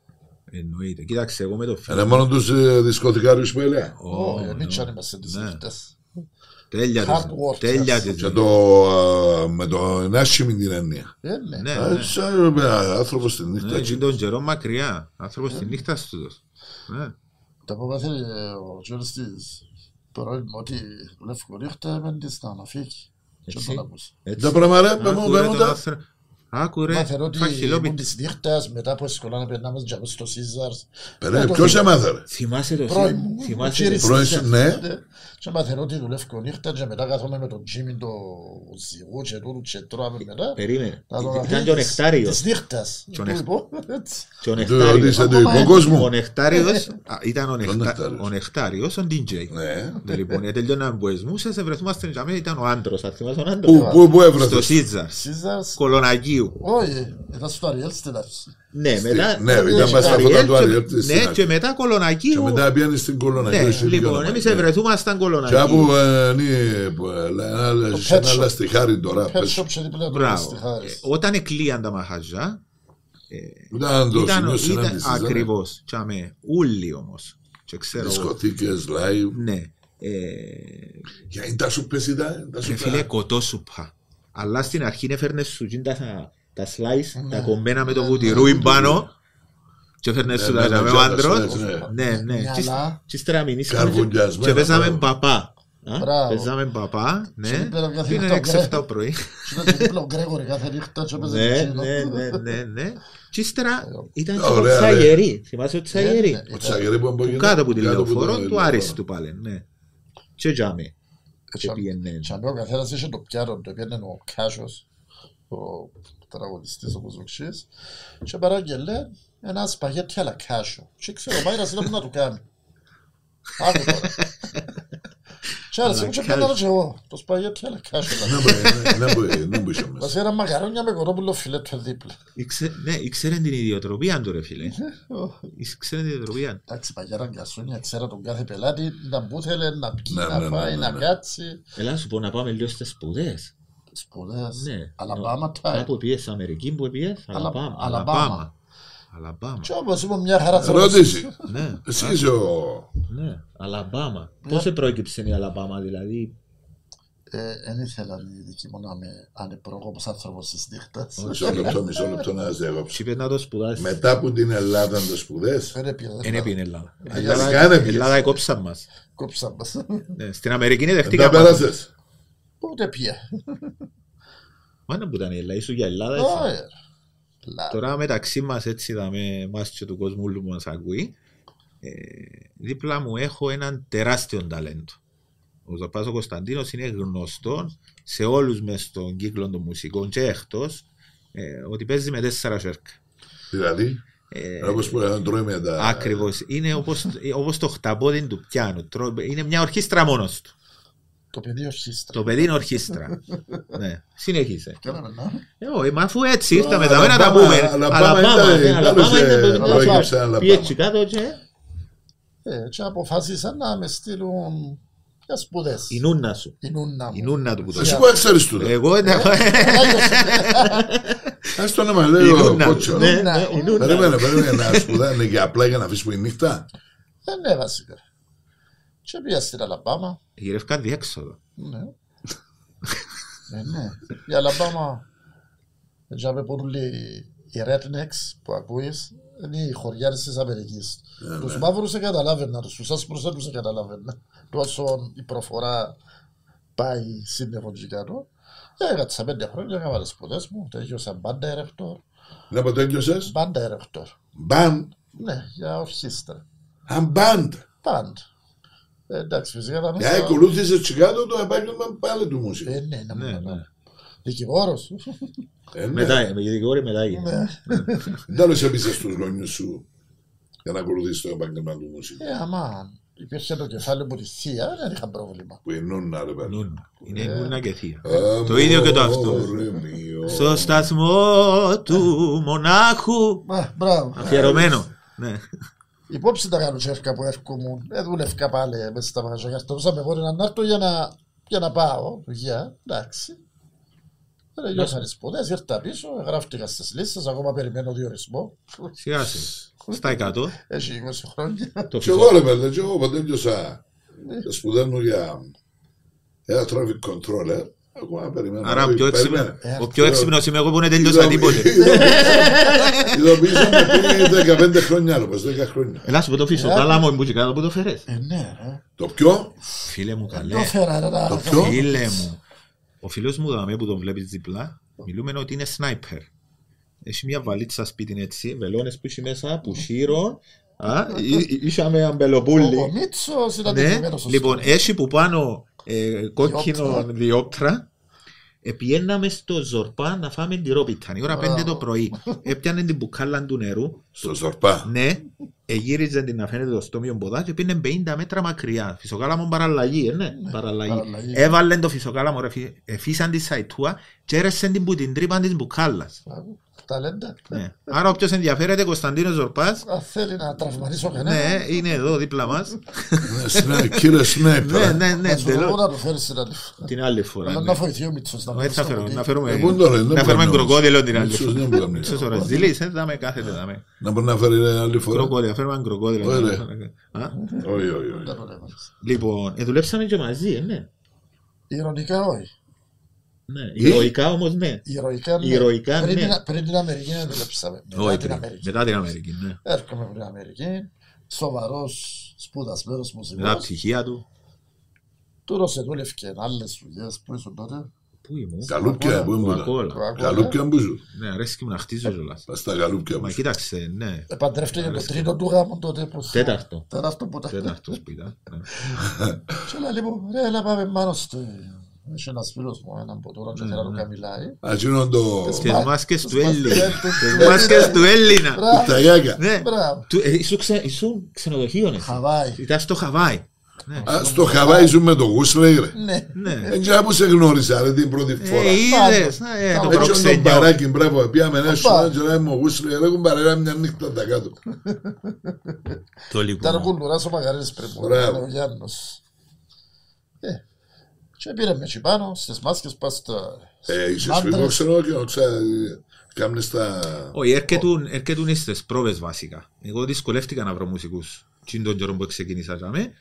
Εννοείται. Κοίταξε, εγώ με το φίλο.
Είναι μόνο τους ε, δισκοτικάριους που έλεγα.
Ω,
ω, ε, εμείς
εννοώ.
είμαστε τις
Ναι.
νύχτες.
Τέλεια
Hard
τη-
work,
Τέλεια
yes.
της
Και
ζωή.
το, ε, με τον άσχημη την έννοια.
Ε, ναι.
Ναι,
Ε,
ναι.
Σαν ε, άνθρωπος στη
Ναι,
νύχτα.
γίνει τον καιρό μακριά. Άνθρωπος
Ε.
τη νύχτα του. Ναι.
Τα που πάθει ε, ο Γιώργος της πρώην μου ότι βλέπω νύχτα με της να αναφύγει. Και
Έτσι.
τον ακούσε.
Έτσι.
Τα πράγματα ρε, μου
Άκουρε τον
παίρνουν
άνθρωπ- Άκουρε,
Μάθε ότι ήμουν
φαχυλόπι.
της νύχτας μετά από εσκολά να περνάμε στους τζαμπές στο Σίζαρς.
Περέ,
το
ποιος
θυμάμαι.
έμαθε ρε.
Θυμάσαι το
Πρώην μου,
σύ-
ο
θυμάσαι
κύρις
το-
Πρώην
της
σου,
νύχτας,
ναι.
Και μάθε ότι δουλεύω νύχτα και μετά κάθομαι με τον Τζίμι το ζυγό και τούτου και τρώμε
Ε,
μετά.
Περίμενε.
Να τον
Ήταν
αφήνεις
και ο Νεκτάριος.
Της νύχτας.
Και ο
Του
νεκ-
λοιπόν, έτσι.
Και ο
Του ότι
Νεκτάριος.
Ναι, είσαι του υποκόσμου.
Ο Νεκτάριος α, ήταν ο Νεκτα-
Νεκτάριος.
ο Νεκτάριος, ο DJ.
Ναι.
Ναι, Λοιπόν, ε, τελειώναμε που εσμούσες, ευρεθούμαστε στην Τζαμία, ήταν ο άντρος, αν θυμάσαι τον άντρο.
Πού, πού, πού
Στο
έβρεθες.
Σίτζαρ,
Σίζαρς.
Κολοναγίου.
Όχι, ήταν στο Αριέλ στην αρχή.
Ναι, μετά.
ναι, ήταν
μετά
στα
Αριέλ
φώτα του
και-
Αριέλ της στην
Ναι, και
αρχή.
μετά
Και
Κολοναγίου.
μετά πιάνει στην κολόνα.
Ναι,
και όχι
λοιπόν,
βιώνουμε.
εμείς ευρεθούμασταν
Και
Κολοναγίου.
άπου ε, ναι, που, ε, λέ- ένα- σε
pet
ένα
shop.
λαστιχάρι τώρα.
Πέτ
πες.
σοπ και δίπλα του
Μπράβο.
στη Χάρης.
Ε, Όταν εκλείαν τα μαχαζιά,
Ήταν το
Ήταν,
σημείο
ήταν
συνάντησης. ναι. Ακριβώ.
ακριβώ. Τσαμέ, ούλοι όμως. Και ξέρω. εγώ.
Δισκοθήκες, live.
Ναι. Ε,
Για είναι τα σούπες ήταν, τα
Ρε Ε, φίλε,
σούπες.
κοτόσουπα. Αλλά στην αρχή έφερνες σου τζιν τα, τα slice, τα
Ναι.
κομμένα με το
Ναι,
βουτυρούι
ναι, ναι.
πάνω και έφερνες
Ναι,
σου
ναι,
τα
ναι,
με
ναι,
ο άντρος.
ναι, ναι.
Ναι, ναι.
Ναι,
Τι-
αλλά-
Τι στραμινίσαμε και-
Καρβουνιασμένα,
και παίζαμε
μπράβο.
παπά. Α,
Μπράβο.
Παίζαμε παπά, ναι.
Στην πέρα μια
Είναι
θηρητό,
6-7
ναι.
πρωί.
Ήταν και δίπλα ο Γκρέγορη κάθε νύχτα και έπαιζε
Ναι,
κετσίνο.
ναι, ναι, ναι, ναι. Και ύστερα ήταν
Ε, Ωραία,
στο
ρε. Ναι,
Τσαγερί. Θυμάσαι το Τσαγερί.
Ναι, ναι.
Ο Τσαγερή που
Που
εμπόγεται.
Κάτω από τη
το
λεωφόρο του
λεωφόρο.
Άριστου πάλι, ναι. Και τζάμι. Και
Σαν-
πήγαινε. ναι.
σαν λέω, ο καθένας είχε το πιάτο, το πιάνε ο Κάσος, ο τραγουδιστής ο Κουζουξής, και παράγγελε ένα σπαγέτι αλλά Κάσο. Και ξέρω, πάει να συνέβη να του κάνει. Άκου τώρα. Και άρεσε, μου και πιάνω και εγώ, το σπαγέτι αλλά Κάσο.
Ναι, μπρε, ναι, ναι, μπρε, ναι, μπρε, μέσα.
Βασικά ένα μαγαρόνια με κορόπουλο φιλέτο δίπλα.
Ήξε- Ναι, ήξερε την ιδιοτροπία του ρε φίλε. Ήξερε την ιδιοτροπία του.
Εντάξει, παγιά ήταν γασόνια, ξέρα τον κάθε πελάτη, να που ήθελε, να πιει,
Ναι, ναι,
να
ναι,
φάει,
ναι,
να
ναι.
κάτσει.
Έλα να σου πω να πάμε λίγο στις σπουδές.
Σπουδές.
Ναι.
Αλαμπάμα,
Πάμε
τάι.
που πήγες, Αμερική που πήγες,
Αλα-
Αλαμπάμα.
Αλαμπάμα.
Αλαμπάμα. Αλαμπάμα.
Και όπως είπα, μια χαρά θέλω να
Ερώτηση.
Ναι,
Εσύ είσαι ο...
ναι. Αλαμπάμα. Πώς επρόκειψε η Αλαμπάμα δηλαδή.
Δεν Ε, ήθελα η δική μου να είμαι ανεπρόγραμμος άνθρωπος της νύχτας.
Μισό λεπτό, μισό λεπτό να σας διακόψω.
Σου είπε να το σπουδάσεις.
Μετά από την Ελλάδα να το
Ε,
σπουδές.
Δεν έπιε,
Δεν
δεν
έπινε Ελλάδα.
Ελλάδα
Ελλάδα-
δεν πήγες.
Ελλάδα εκόψαν μας.
κόψα μας.
Ναι, Στην Αμερική είναι
Μετά
δεχτήκαμε.
πέρασες.
Ούτε πια.
Μάνα που ήταν η Ελλάδα, ήσουν για Ελλάδα. έτσι.
Ωραία. Λα-
Τώρα μεταξύ μας, έτσι είδαμε εμάς και του κόσμου όλου που μας ακούει, ε, δίπλα μου έχω έναν τεράστιο ταλέντο. Ο Ζαπάσο Κωνσταντίνος είναι γνωστό σε όλους μες στον κύκλο των μουσικών και εκτός ε, ότι παίζει με τέσσερα σέρκα.
Δηλαδή,
Ε,
όπως που να τρώει με τα...
Ακριβώς. Είναι όπως όπως το χταπόδι του πιάνου. Τρο- Είναι μια ορχήστρα μόνος του.
Το παιδί ορχήστρα.
Το παιδί είναι ορχήστρα. ναι. Συνεχίσε.
Κάναμε, να.
Ε, όχι, μα αφού έτσι ήρθαμε
Αλαμπάμα,
εδώ να τα πούμε.
Αλαμπάμα
Αλαμπάμα,
ήταν-
ναι, Αλαμπάμα
ήταν σε-
ήταν το
προέκυψε Αλαμπάμα.
Πήγε έτσι κάτω και
Ε, Και αποφάσισαν να με στείλουν για σπουδές.
η νούνα σου.
Η νούνα
Η
μου.
νούνα του που το
Εσύ
λέω.
που έξερες του.
Εγώ ήταν
Ας το να με
η
λέει ο
νούνα.
κότσο.
Ναι, ναι, η νούνα.
Περίμενε, περίμενε να σπουδάνε και απλά για να αφήσουμε η νύχτα.
Ε, ναι, βασικά. Και πήγα στην Αλαμπάμα.
Γυρεύκαν διέξοδο.
Ναι. Ε, ναι. Η Αλαμπάμα, τζάμε πολύ οι rednecks που ακούεις, είναι οι χωριάρες της Αμερικής. Τους μαύρους δεν καταλάβαινα, τους άσπρους δεν τους καταλάβαινα. Τόσο η προφορά πάει σύννεφο τσικάνο. Έγατσα πέντε χρόνια, έκανα τις σπουδές μου, τελειώσα μπάντα ερεκτόρ.
Να πω το έγιωσες.
Μπάντα ερεκτόρ.
Μπαμ.
Ναι, για ορχήστρα.
Αμπάντ.
Μπαντ. Ε, εντάξει, φυσικά ήταν
Ε, ακολούθησε Τσικάγο το επάγγελμα πάλι του μουσικού.
Ε, ναι, ναι,
Ναι,
ναι.
ναι.
Δικηγόρος.
Ε, ναι.
Μετά, με δικηγόρη μετά έγινε.
Δεν άλλο έπεισες στους γονεί σου για να ακολουθήσει το επάγγελμα του μουσικού.
Ε, άμα υπήρχε το κεφάλαιο μου τη θεία, δεν είχα πρόβλημα.
Που ενώνουν να ρε παιδί. Ε,
Νούνα. Είναι η νούνα και θεία. Το ίδιο και το αυτό. Στο
Στο
σταθμό του μονάχου.
Μα, μπράβο.
Αφιερωμένο. Ναι.
Υπόψη τα κάνω τσέρκα που έρχομουν. Δεν δούλευκα πάλι μέσα στα μαγαζιά. Χαρτονούσα με βόρειο να έρθω για να, για να πάω. Για, εντάξει. Τελειώσαν οι σπουδές, ήρθα πίσω, γράφτηκα στις λίστες, ακόμα περιμένω διορισμό.
Σιγά σιγά. Στα 100.
Έχει 20 χρόνια.
Το
Και εγώ
φυσικό.
ρε παιδί, και εγώ ποτέ πιωσα
Ε.
τα σπουδές μου για ένα traffic controller. Εγώ να περιμένω.
Άρα ο
Όχι,
πιο
περιμένω.
έξυπνο- ο πιο
Ε,
έξυπνος είμαι εγώ που δεν τελειώσα τίποτε.
Ειδοποίησα με πριν 15 χρόνια, ρε παιδί, 10 χρόνια.
Ελά σου πω το φύσω,
Ε,
τα λάμω μου και κάτω που το φέρες.
Ε, ναι, ρε.
Το πιο,
Φίλε μου
Το
καλέ,
φέρα, ρε. να-
το πιο.
φίλε μου. Ο φίλος μου δαμέ που τον βλέπεις διπλά, μιλούμε ότι είναι σνάιπερ. Έχει μια βαλίτσα σπίτι έτσι, βελόνες που έχει μέσα, που σύρω, α, ή- ή- είχαμε
Ο- Ο
αμπελοπούλι.
Μίτσος ήταν
Ναι,
τελειωμένος στο
λοιπόν,
σπίτι.
έχει που πάνω ε, κόκκινο
Διόπτρα.
διόπτρα. Επιέναμε στο Ζορπά να φάμε τη ρόπιτα. Η ώρα 5 το πρωί. Έπιανε την μπουκάλα του νερού
Στο Σορπά.
Ναι, εγύριζε την να φαίνεται το στόμιο μποδά και πήγαινε 50 μέτρα μακριά. Φυσοκάλαμο παραλλαγή, ε, ναι, παραλλαγή.
παραλλαγή.
Έβαλε το φυσοκάλαμο, ρε, φυ- εφύσαν τη σαϊτούα και έρεσαν την που την τρύπα της μπουκάλας.
ταλέντα.
Ναι. Άρα όποιος ενδιαφέρεται, Κωνσταντίνος Ζορπάς.
Αν θέλει να τραυματίσω κανένα,
Ναι, είναι εδώ δίπλα μας.
Ναι, σνα- Κύριε
ναι,
Σνάιπερ.
ναι, ναι,
να σου το πω
εντελώς.
να το φέρεις στην άλλη φορά.
Την άλλη
Αλλά
φορά. ναι.
να βοηθεί ο Μίτσος.
Ε,
μην
θα
στο
φέρουμε-
πει.
Να φέρουμε,
Ε, πού τώρα, δεν
να φέρουμε
μπορούμε.
κροκόδιλο την άλλη
Ίσως
φορά.
δεν μπορούμε.
Ξέρεις ώρα, ζηλείς, ε, δάμε κάθεται, δάμε.
Να μπορεί να φέρει ε, άλλη φορά.
Κροκόδιλο, φέρουμε έναν κροκόδιλο.
Ωραία.
Α,
Όχι, όχι, όχι.
Τα παρέμβασες.
Λοιπόν, ε, δουλέψαμε και μαζί, ε, ναι.
Ηρωνικά όχι. Ε,
Ναι, Ηρωικά όμως ναι.
Ηρωικά ναι.
Ηρωικά,
Πριν
ναι.
την- Πριν την Αμερική δεν δουλέψαμε. Μετά
Όχι,
την
πριν.
Αμερική.
Μετά την Αμερική, ναι.
Έρχομαι από την Αμερική. Σοβαρός σπουδασμένος
Μετά τα
μουσικός.
ψυχία του.
Τούρο σε δούλευκε άλλες δουλειές που ήσουν τότε.
Πού ήμουν.
Καλούπια που ήμουν.
Κοκακόλα.
Καλούπια που ήσουν.
Ναι, αρέσκει μου να χτίζω κιόλας.
Πας στα καλούπια που
Μα
ήσουν.
κοίταξε, ναι.
Επαντρεύτηκε το τρίτο του γάμου τότε. που σου-
Τέταρτο.
Τέταρτο που ήταν.
Τέταρτο σπίτι.
Και λέει μου, ρε, να πάμε πάνω στο... Έχει ένας φίλος μου, έναν που τώρα και θέλω να του καμιλάει.
Ατσίνον το...
Τις μάσκες Ναι, του Έλληνα.
μάσκες του
Τις μάσκες του Έλληνα.
Μπράβο,
Ταγιάκα.
Ναι.
μπράβο.
Του- ε, ήσουν ξε- Ήσουν ξενοδοχείο, εσύ.
Χαβάη.
Ήταν στο Χαβάι. Ναι.
Α, Στο Χαβάι ήσουν με το Γούσλεϊ ρε.
Ναι.
Ναι.
Δεν ξέρω που σε γνώρισα ρε την πρώτη φορά.
Ε, είδες. ε, το
Πάμε.
Έτσι τον
προξενιό.
παράκι, μπράβο, πιάμε ένα
Παπά.
σου να μου Γούσλεϊ ρε, έχουν παρέα μια νύχτα τα κάτω.
Το
Ήταν
λοιπόν.
κουλουράς ο Μαγαρίνης πριν που
Μπράβο.
ήταν ο Γιάννος. Ε, Και πήραμε εκεί πάνω, στις μάσκες πας στο...
Ε, Είσαι
Άντρες.
σφυγό ξενό και ξα... Κάμνες τα...
Όχι, έρχετουν, έρχετουν στις πρόβες βασικά. Εγώ δυσκολεύτηκα να βρω μουσικούς. Τι είναι τον καιρό που ξεκίνησα τζάμε.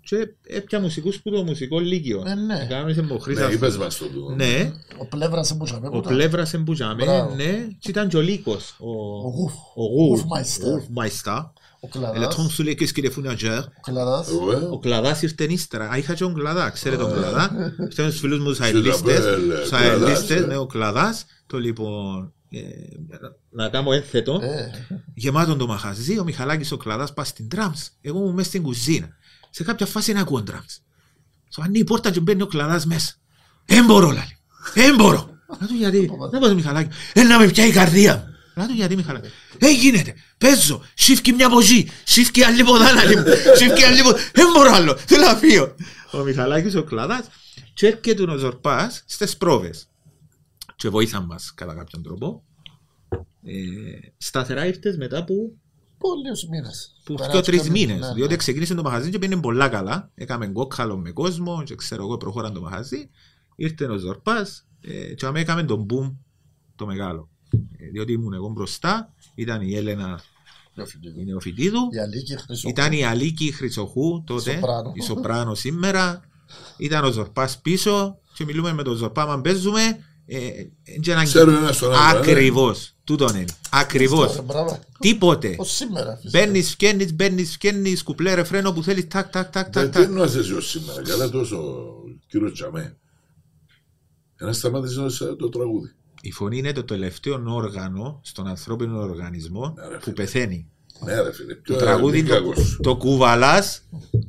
Και έπια μουσικούς που το μουσικό λύκειο.
Ναι, ναι.
Κάναμε σε μοχρήσα.
Ναι, είπες μας το του.
Ναι,
Ο πλεύρας που είχαμε
ο
που ήταν.
πλεύρας εμπουτζάμε,
Μπράβο.
ναι, και ήταν και ο Λύκος, ο
Ο Γουφ.
ο Γουφ,
Hofmeister.
ο Hofmeister.
Ο
Le
Κλαδάς.
tronçonnier, qu'est-ce qu'il est fournageur.
Ο Κλαδάς.
Ε,
Ο Κλαδάς ήρθε ύστερα. Α, Είχα και τον Κλαδά, ξέρετε τον Κλαδά. Ήρθε με τους φίλους μου τους αελίστες.
Ζαμπέλ,
Τους
ε, Κλαδάς,
αελίστες,
ε.
ναι, ο Κλαδάς. Το λοιπόν, ε, να κάνω ένθετο.
Ε,
Γεμάτον το μαχαζί, ο Μιχαλάκης ο Κλαδάς πας στην τραμς. Εγώ ήμουν μέσα στην κουζίνα. Σε κάποια φάση να ακούω τραμς. Σου ανοίγει η πόρτα και μπαίνει ο Κλαδάς μέσα. Έμπορο, λαλή. Έμπορο. Να του γιατί. Δεν πάω Μιχαλάκη. Ε, να με πιάει η καρδία μου. Να του γιατί Μιχαλάκη. Ε, γίνεται. Παίζω. Σύφκει μια ποζή. Σύφκει άλλη ποδά, λαλή μου. Σύφκει άλλη ποδά. Δεν μπορώ άλλο. Θέλω να φύγω. Ο Μιχαλάκης ο Κλαδάς και έρχεται ο Ζορπάς στις πρόβες. Και βοήθαν μας κατά κάποιον τρόπο. Ε, σταθερά ήρθες μετά που
πολλούς μήνες.
που
Παρά
δύο τρει
δύο
μήνε.
μήνες, ναι,
Διότι
ναι.
ξεκίνησε το μαγαζί και πήγαινε πολλά καλά. Έκαμε κόκκαλο με κόσμο, και ξέρω εγώ, προχώραν το μαγαζί. Ήρθε ο Ζορπά, και αμέ έκαμε τον boom το μεγάλο. Ε, Διότι ήμουν εγώ μπροστά, ήταν η Έλενα
Πιο φιλικό.
η Νεοφιτίδου,
ναι, Η Αλίκη Χρυσοκού.
ήταν η Αλίκη Χρυσοχού τότε,
Σοπράνο.
η Σοπράνο σήμερα, ήταν ο Ζορπάς πίσω, και μιλούμε με τον Ζορπά, αν παίζουμε. Ε, ε, και έναν-
Ξέρω ε. ένα στον άλλο.
Ακριβώς, τούτον είναι. Ακριβώς.
Μπράβο.
Τίποτε.
Ως σήμερα. φυσικά.
Μπαίνεις, φκένεις, μπαίνεις, φκένεις, κουπλέ, ρεφρένο που θέλεις, τάκ, τάκ, τάκ, τάκ.
Ε, Τι
τάκ.
εννοάσαι εσύ ως σήμερα, καλά τόσο κύριο Τσαμέ. Ένας σταμάτησε να σε- το τραγούδι.
Η φωνή είναι το τελευταίο όργανο στον ανθρώπινο οργανισμό
Ναι, ρε,
που
φίλε.
πεθαίνει.
Ναι ρε φίλε,
Το
ποιο
τραγούδι
είναι
το-
κακός.
το κουβαλάς,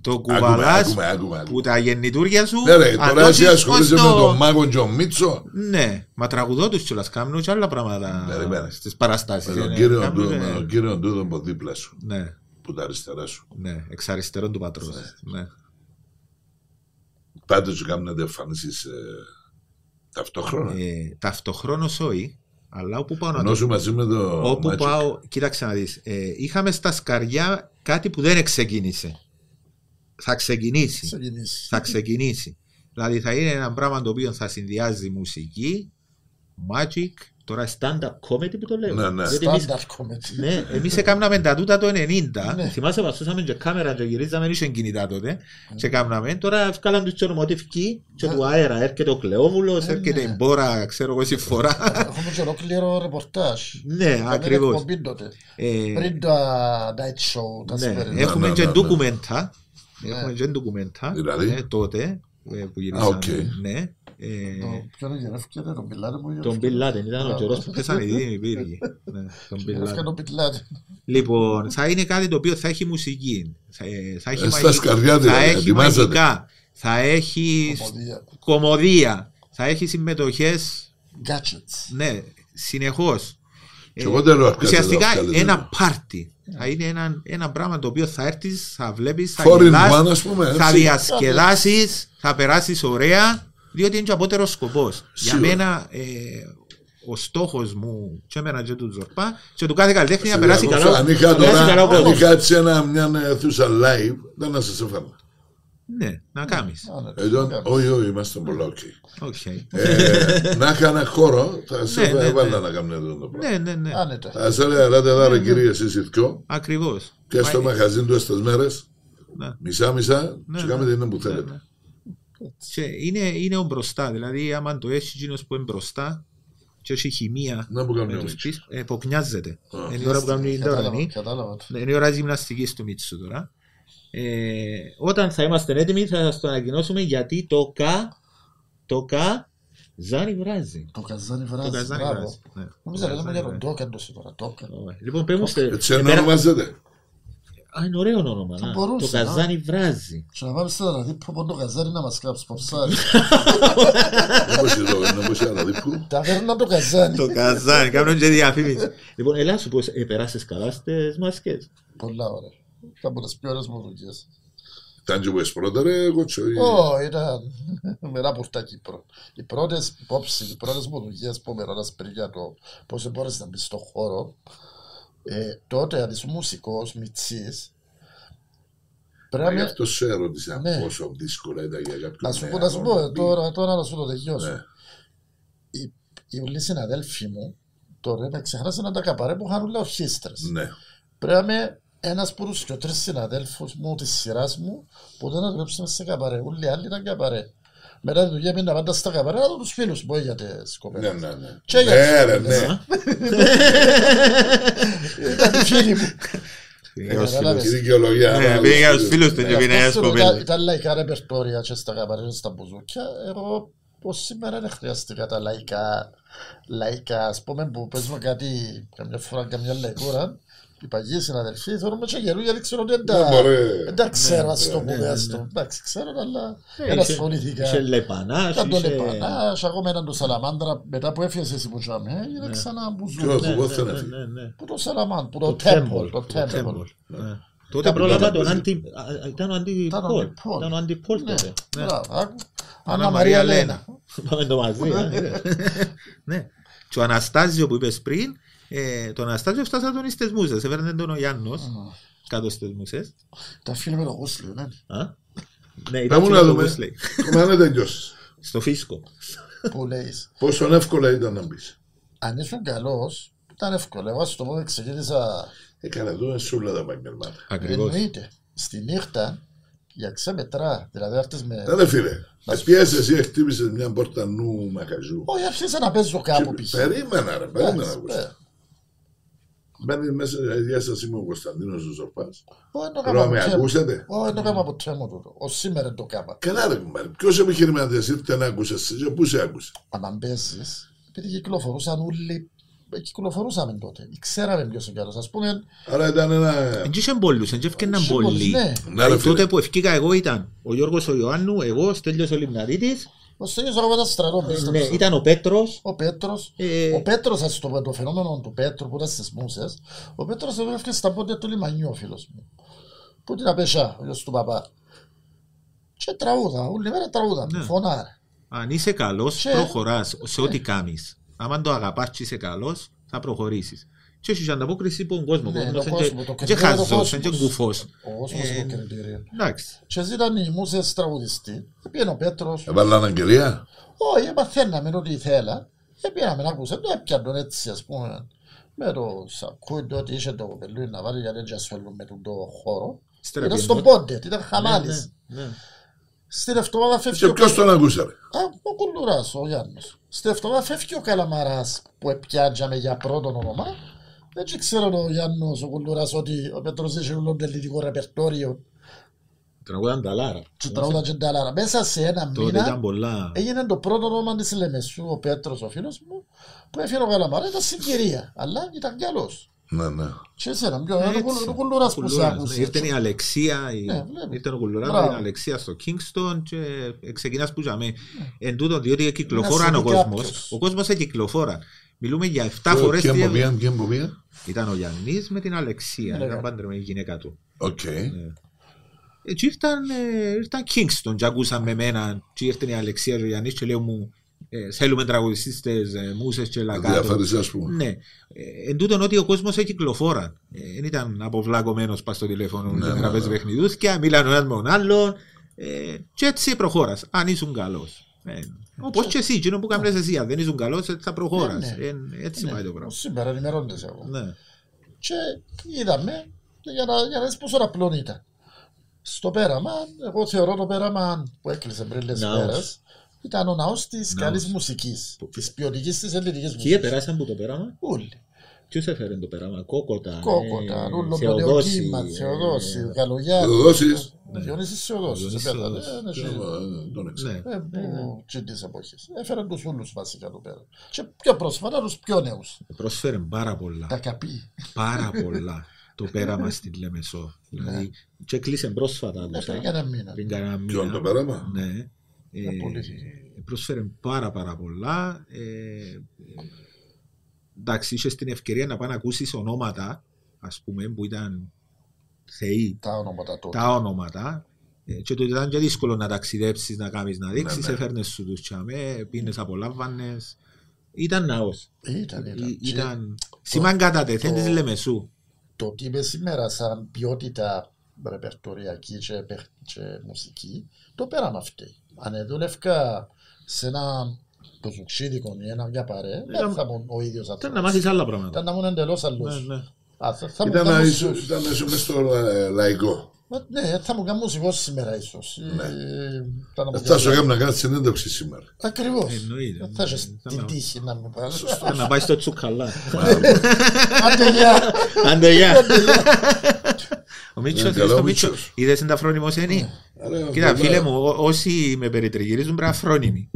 το κουβαλά
άκουμε, άκουμε, άκουμε.
που τα γεννητούρια σου.
Ναι ρε,
αν
τώρα εσύ
δώσεις
ασχολείσαι με
ως το-
τον Μάγο Τζον Μίτσο.
Ναι, μα τραγουδό του κιόλα κάνουν και άλλα
Ναι, ρε,
πράγματα
πέρα.
στις παραστάσεις.
Με τον κύριο του- με τον κύριο του τον δίπλα σου,
Ναι,
που τα αριστερά σου.
ναι, εξ αριστερών του πατρός. Ναι.
Πάτε σου κάνουν εμφανίσεις ε, ταυτόχρονα.
Ε, Ταυτοχρόνως όχι, αλλά όπου πάω να το
Ενώ σου μαζί με το
Όπου
Magic.
πάω, κοίταξε να δεις, ε, είχαμε στα σκαριά κάτι που δεν ξεκίνησε. Θα ξεκινήσει.
Ξεκινήσει.
θα ξεκινήσει. Δηλαδή θα είναι ένα πράγμα το οποίο θα συνδυάζει μουσική, magic, τώρα stand-up comedy που το λέω.
Ναι, ναι.
Γιατί εμείς-
Στάνταρ κομμετή.
ναι, εμείς έκαναμε τα τούτα το 90.
Ναι.
Θυμάσαι βαστούσαμε και κάμερα και γυρίζαμε, δεν είχε κινητά τότε. Και έκαναμε. Τώρα βγάλαν τους τσορμοτεύκοι και
Ναι.
του αέρα. Έρχεται ο Κλεόβουλος,
Ναι,
έρχεται η
ναι.
Μπόρα, ξέρω εγώ, συμφορά.
Έχουμε και ολόκληρο ρεπορτάζ.
ναι,
Ήταν
ακριβώς.
εκπομπή τότε.
Ε,
Πριν τα night show, τα
Ναι,
σημερινά.
έχουμε
ναι,
και
ναι,
ντοκουμέντα. Έχουμε και ντοκουμέντα.
Δηλαδή?
ε, τότε ε, που γυρίσαμε.
οκ.
Ναι. Ε,
Το ποιον γυρεύκεται, τον Πιλάτε μου
Τον Μπιν Λάντεν ήταν ο καιρός που πέσανε οι δύο πύργοι. Ναι, τον Bin
Γυρεύκεται
Laden.
τον Bin Laden.
Λοιπόν, θα είναι κάτι το οποίο θα έχει μουσική. Θα, ε, θα έχει,
Ε, στα σκαριά
θα
δηλαδή,
έχει
ετοιμάζεται.
μαγικά. Θα έχει σ-
Κομμωδία.
κομμωδία. Θα έχει συμμετοχές,
Gadgets.
ναι, συνεχώς. Ε,
Και εγώ δεν λέω, «Αρκάτε,
Ουσιαστικά
δάσκαλε, δεν
ένα
λέω».
πάρτι. Θα είναι ένα, ένα πράγμα το οποίο θα έρθεις, θα βλέπεις, θα
Foreign
γελάς,
one, ας πούμε,
θα
έτσι.
διασκεδάσεις, θα περάσεις ωραία, διότι είναι και απότερος σκοπός. Για
Σίγουρα.
μένα, ε, ο στόχος μου και εμένα και του Ζορπά και του κάθε καλλιτέχνη να
Δηλαδή,
περάσει
εγώ,
καλά.
Αν είχα
να περάσει καλά ο
τώρα αν
κόσμος.
είχα έτσι ένα, μια αιθούσα live, δεν θα σας έφανα.
Ναι, να κάνεις.
Εδώ, όχι, όχι, είμαστε πολλά οκ.
Οκ.
Ε, να είχα ένα χώρο, θα σε
Ναι, ναι,
έβαλα
ναι.
να κάνουμε εδώ το πράγμα.
Ναι, ναι, ναι.
Άνετα.
Θα σε έλεγα, «Ελάτε εδώ ρε κύριε, εσείς οι δυο,
Ακριβώς.
και στο μαγαζί του στις μέρες,
Ναι.
μισά-μισά,
Ναι,
σου
ναι.
κάνετε ένα που
Ναι,
θέλετε.
ναι. Και είναι, είναι ο μπροστά, δηλαδή άμα το έχει εκείνος που είναι μπροστά και έχει χημεία
Να που κάνουμε
με
ο
τους
Μίτσος.
πίσω, ε, αποκνιάζεται.
Α.
Είναι η ώρα που κάνουν την Ε, τώρα,
Κατάλαβα,
είναι.
κατάλαβα. το.
Ναι, Είναι η ώρα της γυμναστικής του Μίτσου τώρα. Ε, όταν θα είμαστε έτοιμοι θα σας το ανακοινώσουμε γιατί το κα, το κα, ζάρι βράζει.
Το καζάνι
Το
βράζει.
καζάνι
Μπράβο.
βράζει. ναι.
Νομίζω
Το
λέμε
καζάνι
για τον
βράζει.
Τόκαντο τώρα. Τόκαντο.
Ωραία. Λοιπόν, πέμπω
Έτσι να ονομάζετε.
Α, είναι ωραίο όνομα.
Θα
να.
μπορούσε,
Το
να.
καζάνι βράζει.
Και να πάμε στο ραδίπο πόντο καζάνι να μας κάψει ποψάρι.
Όπως εδώ, είναι όπως άλλο δίπου.
Ταβέρνα το καζάνι.
Το καζάνι, κάνουν και διαφήμιση. Λοιπόν, ελά σου πως περάσεις καλά στις μασκές.
Πολλά ωραία. Ήταν από τις πιο ωραίες μου δουλειές.
Ήταν και που έσαι πρώτα ρε, εγώ ε, τσο, ή-
Ω, ήταν μερά πουρτά Κύπρο. Οι πρώτες υπόψεις, οι πρώτες μου δουλειές που με ρώτας πριν για το πώς μπόρεσες να μπεις στον χώρο, ε, τότε αν είσαι μουσικός, μητσής, πρέπει
Γι'
να...
αυτό σε ερώτησα
Ναι.
πόσο δύσκολα ήταν για κάποιον.
Να σου πω,
νέο
να σου πω,
να μπει.
τώρα, τώρα να σου το τελειώσω.
Ναι.
Οι, οι ουλοί συναδέλφοι μου, τώρα να ξεχνάς να τα καπαρέ που είχαν ουλά ορχήστρες.
Ναι.
Πρέπει ένας από τους και τρεις συναδέλφους μου της σειράς μου που δεν δουλέψαμε σε καπαρέ. Όλοι οι άλλοι ήταν καπαρέ. Μετά τη δουλειά πήγαινα πάντα στα καπαρέ να δω τους φίλους μου, όχι για τις
Ναι,
κοπέλες.
ναι, ναι.
Και για
Ναι,
τις
ρε,
κοπέλες.
ναι.
Ήταν οι φίλοι μου.
Η
Ε, Καταλάβες.
δικαιολογία.
Ναι,
αλλά-
πήγα στους φίλους του και
Ε,
πήγα στις
αυτό
κοπέλες.
ήταν- Ήταν λαϊκά ρεπερτόρια και στα καπαρέ και στα μπουζούκια. Εγώ πως σήμερα δεν χρειάστηκα τα λαϊκά, λαϊκά, ας πούμε που παίζουμε κάτι, καμιά φορά, καμιά λαϊκούρα, οι παγιοί συναδελφοί, θεωρούμε και καινούργια, δεν ξέρω τι
Ναι, μωρέ.
Δεν ξέρω, ας το
ναι,
πούμε, ας το. Εντάξει, ξέρω, αλλά δεν ασχολήθηκα.
Είσαι λεπανάς,
Ήταν το
είσαι-
λεπανάς, ακόμα έναν το Σαλαμάντρα, μετά που έφυγες εσύ που τζάμε, είναι ξανά μπουζού.
Ποιος?
Ναι,
Εγώ
ναι,
θέλω να
ναι,
φύγω.
ναι, ναι.
Που το Σαλαμάν, που
Το
το
Temple,
Τέμπολ, το Τέμπολ.
Temple, ναι. Τότε πρόλαβα τον
Temple.
Άντι... α, Ήταν ο Άντι
Ήταν ο
Πολ.
Anti-Paul.
Ήταν ο Άντι Πολ τότε. Ναι.
Ανά Μαρία Λένα.
Πάμε το μαζί. α, είδες. Ναι. Και ο Αναστάζιο που είπες πριν, ε, τον Αναστάζιο φτάσα τον στις μουσες. Έφερνε τον ο Γιάννος κάτω στις μουσες.
Τα φίλια με το Γούσλιο, ναι.
Α. Ναι, ήταν
Πάμε
και
να
το
δούμε.
Wesley.
Μα δεν τελειώσεις.
Στο φίσκο.
Που λέεις,
Πόσο εύκολα ήταν να μπεις.
αν ήσουν καλός, ήταν εύκολο. Εγώ ας το πω, ξεκίνησα
Έκανε Ε, εδώ εσούλα τα επαγγελμάτα.
Ε, ναι.
εννοείται. Στη νύχτα, για ξέμετρά, δηλαδή αυτές με...
Ε, Ρε φίλε, με πιέσαι εσύ, χτύπησες μια πόρτα νου μαγαζού.
Όχι, άρχισα να παίζω κάπου
Και
π.χ.
Περίμενα ρε, περίμενα.
Εντάξει,
Κώστα.
ναι.
Μπαίνει μέσα, γεια σας είμαι ο Κωνσταντίνος Ζωζοπάς.
Όχι, το
Θέλω να
κάμα
με
ποτέ μου.
ακούσετε.
Όχι, το κάμα ποτέ μου τούτο. Ως σήμερα το κάμα.
Καλά ρε κουμπάρε, ποιος επιχειρηματίας ήρθε να ακούσες εσύ και πού σε άκουσες.
Αν παίζεις, επειδή κυκλοφορούσαν όλοι, ε, κυκλοφορούσαμε τότε. Ξέραμε ποιος είναι καλός. Ας πούμε,
Άρα ήταν ένα...
Εν είχε πολλούς, εν έφτιαχναν
σε
πολλοί.
πολλούς, ναι.
Να ρε
Δηλαδή, τότε
φίλε,
που ευκήκα εγώ ήταν ο Γιώργος ο Ιωάννου, εγώ, ο Στέλιος ο Λιμναρίτης,
Ο Στέλιος ο Αγαπατάς στρατό,
ε,
πίστεψα.
ναι, ήταν ο Πέτρος,
Ο Πέτρος,
Ε.
ο Πέτρος, ας το πω, το φαινόμενο του Πέτρου που ήταν στις μούσες, ο Πέτρος έφυγε στα πόδια του λιμανιού, ο φίλος μου. Που την απέσια, ο γιος του παπά. Και τραγούδα, όλη μέρα τραγούδα,
Ναι.
φωνάρε.
αν είσαι καλός,
Και-
προχωράς σε
Ε.
ό,τι κάνεις. Άμα το αγαπάς και είσαι καλός, θα προχωρήσεις. Και έχεις ανταπόκριση από τον κόσμος.
Ναι,
Ο
τον
κόσμος
κόσμο, το
είναι και- και
κριτήριο του
χαζός, είναι και
κόσμου.
κουφός.
Ο κόσμος
Ε,
είναι κριτήριο.
Εντάξει.
Και ζήταν οι μουσες τραγουδιστής. Πήγαινε ο Πέτρος,
έβαλα αναγγελία.
Ε, όχι, μαθαίναμε ό,τι ήθελα. Και πήγαμε Ε, να ακούσαμε, το έπιανον έτσι, ας πούμε, με το σακούι, το ότι είχε το κοπελούι να βάλει, γιατί δεν ασχολούν με τον το χώρο.
Στραπεινό.
Ήταν στον πόντε, ήταν χαμάλης.
Ναι, ναι.
Στην εβδομάδα φεύγει
Και
ο
ποιος τον ακούσε ρε.
Α, ο Κουλουράς, ο Γιάννης. Στην εβδομάδα φεύγει ο Καλαμαράς που επιάντζαμε για πρώτον όνομα. Έτσι ξέρω ο Γιάννος, ο Κουλουράς, ότι ο Πέτρος είχε όλο το ελληνικό ρεπερτόριο
Τραγούδαν τα λάρα.
και τραγούδα και τα άλλα. Μέσα σε ένα
Ναι. Τότε ήταν
μήνα Ε,
πολλά.
έγινε το πρώτο όνομα της Λεμεσού, ο Πέτρος, ο φίλος μου, που έφυγε ο Καλαμαράς, ήταν συγκυρία, αλλά ήταν καλός.
Ναι, ναι.
Και εσένα, ποιο, ο
Έτσι.
Κουλου- ο Κουλουράς που σε
Κουλουράς,
άκουσε.
ναι. Ήρθε η Αλεξία, η-
Ναι, βλέπεις.
ήρθε ο Κουλουράς με
Μπράβο. Ναι.
την Αλεξία στο Kingston και ξεκινάς που ζαμε. Εν τούτο, διότι κυκλοφόραν
Να
ο
σε δει
κόσμος.
κάποιος.
Ο κόσμος εκυκλοφόραν. Μιλούμε για 7
Ποιο-
φορές.
Ποιον
τι
που
έβγαλε.
πήγαν, ποιον που πήγαν.
Ήταν ο Γιάννης με την Αλεξία,
Ναι.
ήταν παντρεμένη η γυναίκα του.
Οκ.
ε, Έτσι ήρθαν, ε, ήρθαν Kingston και ακούσαν με μένα και ήρθε η Αλεξία και ο Γιάννης και λέω μου Ε, θέλουμε τραγουδιστές, ε, μουσες και λακάτο.
Ενδιαφέρεσαι, ας πούμε.
Ναι. Ε, εν τούτον ότι ο κόσμος έχει κυκλοφόρα. Ε, Δεν ήταν αποβλάκωμένο πας στο τηλέφωνο με
Ναι,
την
ναι,
τραπέζι
ναι.
παιχνιδούθηκια, μίλανε ο ένας με τον άλλον. Ε, και έτσι προχώρας, αν ήσουν καλός. Ε, Όπω και εσύ, εκείνο που κάνεις εσύ, αν δεν ήσουν καλός, θα προχώρας.
Ναι, ναι.
έτσι πάει το πράγμα.
Σήμερα ενημερώνεσαι εγώ.
Ναι.
Και είδαμε για να, για να δεις πόσο απλό ήταν. Στο πέραμα, εγώ θεωρώ το πέραμα που έκλεισε πριν λίγες
Ναός.
μέρες, ήταν ο ναός της καλής μουσικής, της ποιοτικής της ελληνικής
Και
μουσικής.
περάσαν από το πέραμα.
Όλοι.
Ποιος έφερε το πέραμα, Κόκοτα.
Κόκοτα,
ε,
Ρούλο
Θεοδόση,
Πλεονεοκύμα,
ε,
Θεοδόση, Καλογιάννη.
Θεοδόσεις.
Διονύσης Θεοδόσης.
Ναι. Διονύσης
επέθανε,
Θεοδόσης.
ναι, ναι,
Ε, ε, τον έξω.
Ναι.
ε, Που και τις εποχές. Έφεραν τους όλους βασικά εδώ πέρα. Και πιο πρόσφατα τους πιο νέους.
Πρόσφερε πάρα πολλά.
Τα καπί.
πάρα πολλά το πέραμα στην Λεμεσό. δηλαδή, και κλείσε πρόσφατα.
Ναι,
άκουσα,
πριν κανένα μήνα.
πριν κανένα μήνα.
Ποιον το πέραμα?
Ναι. Ε,
πουλήσεις.
πρόσφερε πάρα πάρα πολλά. Ε, ε, εντάξει, είχες την ευκαιρία να πάει να ακούσεις ονόματα, ας πούμε, που ήταν θεοί
Τα ονόματα τότε.
τα ονόματα. Ε, Και το ήταν και δύσκολο να ταξιδέψεις, να κάνεις να δείξεις.
ναι.
Έφερνες σου τους τσαμέ, πίνες, απολάμβανες. Ήταν ναός.
Ήταν, ήταν. Και-
Ήταν. Σήμαν κατατεθέν τη Λεμεσού.
το τι είμαι σήμερα σαν ποιότητα ρεπερτοριακή και, παιχ- και μουσική, το πέραμα αυτή. Αν δούλευκα σε ένα κοζουξίδικο ή ένα μια παρέ, δεν θα ήμουν ο ίδιος
Ήταν να
άνθρωπος.
μάθεις άλλα πράγματα.
Ήταν να ήμουν εντελώς άλλος.
Ναι, ναι.
Α, θα- θα μου
Ήταν να
κάνω-
είσαι ήταν να είσαι μες στο λα- λαϊκό.
Μα, Ναι, θα μου κάνω μουσικός σήμερα ίσως. Ε, ήταν
Ναι.
να μου
Ναι. Ε, Θα σου
κάνω-
έκανα να κάνεις συνέντευξη σήμερα.
Ακριβώς.
Εννοείται,
Δεν Θα
ναι.
έχεις
Θα
την
με-
τύχη να μου πάρεις.
Ήταν Ε, να πάει στο τσουκαλά.
Άντε γεια.
Άντε γεια. Ο Μίτσος,
Ε,
είδες
καλά,
το
ο
Μίτσος.
Μίτσος. Ναι,
Είδες είναι τα φρόνιμοσένη.
Άρα,
Κοίτα,
βέβαια,
φίλε μου, ό- όσοι με περιτριγυρίζουν πρέπει να φρόνιμοι.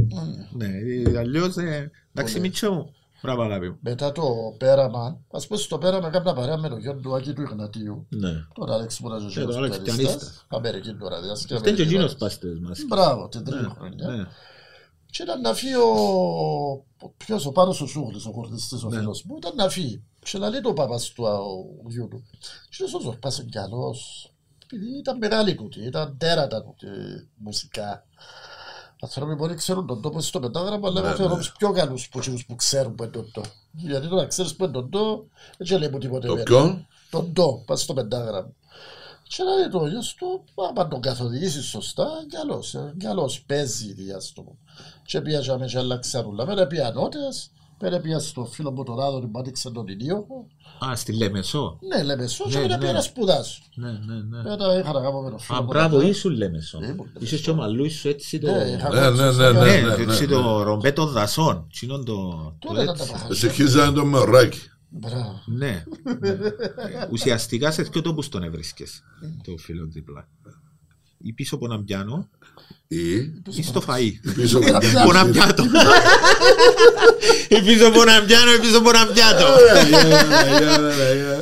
Ναι, ε, αλλιώς, ε, εντάξει Μίτσο μου. Μπράβο αγάπη μου.
Μετά το πέραμα, ας πούμε στο πέραμα κάποια παρέα με τον Γιώργο του Άκη του Ιγνατίου.
Ναι.
Τώρα Αλέξη που ήταν
Ε,
ο
τον Αλέξη
Άλεξ
Τιανίστα.
Αμερική τώρα διάσκεψη.
Φταίει και ο
ναι.
Γίνος πάστες μας.
Μπράβο, την τρίτη χρονιά.
Ναι.
Και ήταν να φύγει ο... Ποιος ο Πάνος ο Σούγλης, ο χορτιστής ο φίλος μου, ήταν να φύγει. Και να λέει το παπάς του, α, ο γιού του. Και ο Ζορπάς είναι καλός. Επειδή ήταν μεγάλη τούτη, ήταν τέρατα τούτη μουσικά. Ανθρώποι μπορεί ξέρουν τον τόπο στο πεντάγραμμα, αλλά εγώ θεωρώ τους πιο καλούς που εκείνους που ξέρουν που είναι τον τόπο. Γιατί τώρα ξέρεις που είναι τον τόπο, δεν σε λέει μου τίποτε.
Το
εμένα.
ποιον?
Τον το, πας στο πεντάγραμμα. Και να λέει το γιος του, άμα τον καθοδηγήσεις σωστά, καλός, ε, καλός παίζει διάστομο. Και πήγαμε και άλλα ξαρούλα, πέρα πήγα νότες, πέρα πήγα στο φίλο μου τον Άδωρη, που άνοιξε τον ηλίωχο.
Α, στη Λεμεσό.
Ναι, λέμε σου,
Ναι,
και πέρα
ναι.
πήγα να σπουδάσω.
Ναι, ναι, ναι.
Πέρα είχα να κάνω με τον φίλο
Α,
μου.
μπράβο, ήσουν Λεμεσό.
Ήμουν
Είσαι και ο μαλλού σου έτσι το...
Ναι, είχα
Ναι, ναι, ναι, ναι,
Ναι,
ναι, ναι,
έτσι
ναι.
το ρομπέ των δασών. Τσινόν το... το
Τότε ήταν τα
έτσι.
παχαλιά.
Σε χίζανε το μεωράκι.
Μπράβο.
Ναι. Ε, Ουσιαστικά σε ποιο τόπους τον έβρισκες το φίλο δίπλα. Ή πίσω από έναν πιάνο
Ή
ή στο φαΐ.
πίσω από την
Από έναν πιάτο. Ή πίσω από έναν πιάνο ή πίσω από έναν πιάτο.
Ε,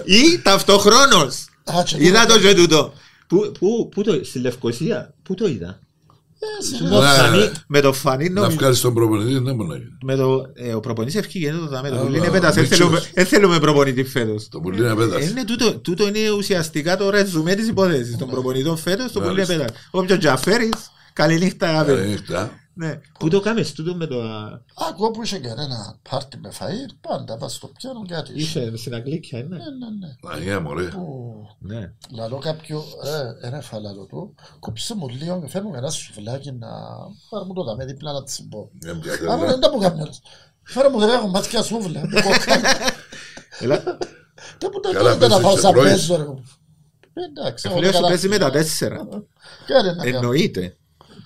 Ή ταυτοχρόνος.
Α, και
Είδα το και τούτο. Πού- Πού πού το, στη Λευκοσία, πού το είδα.
Ε, σε-
Με το
Ναι.
φανί- Με το φανί
Να
νομίζω.
βγάλεις τον προπονητή, ναι, δεν μπορεί να γίνει.
με το, ε, ο προπονητής ευχήγε το δάμε το
Α,
πουλί είναι
α,
πέτας, δεν
Μίτσος.
θέλουμε- δεν θέλουμε προπονητή φέτος.
Το πουλί είναι
Ε,
πέτασε.
Είναι Ε, τούτο, τούτο είναι ουσιαστικά το ρεζουμέ της υπόθεσης των προπονητών φέτος, το πουλί είναι
Μάλιστα.
πέτας. Όποιον τζαφέρεις, καληνύχτα αγάπη.
Ε, Νύχτα.
Ναι. Πού το κάμες τούτο με το... α,
Ακούω που είχε κανένα πάρτι με φαΐ, πάντα πας στο πιάνο κάτι.
Είσαι στην Αγγλίκια, ναι.
Ναι, ναι, ναι.
Αγία μωρέ.
Που-
Ναι.
Λαλό κάποιο, ε, ένα φαλάλο του, κόψε μου λίγο, φέρ μου ένα σουβλάκι να πάρω μου το δαμέ δίπλα να τσιμπώ.
Ε, μια
Άρα
τέτοια.
δεν τα που καμιόλας. Φέρε μου δρέα κομμάτια σούβλα. δεν μπορώ καν.
Έλα,
Τα που
Καλά,
τα δεν τα
παίζεις
φάω
και
σαν
πρωί.
παίζω ρε. μου. Εντάξει. εγώ
Ε, φίλε σου
καλά.
παίζει με τα τέσσερα.
Κάνε να κάνω.
Εννοείται.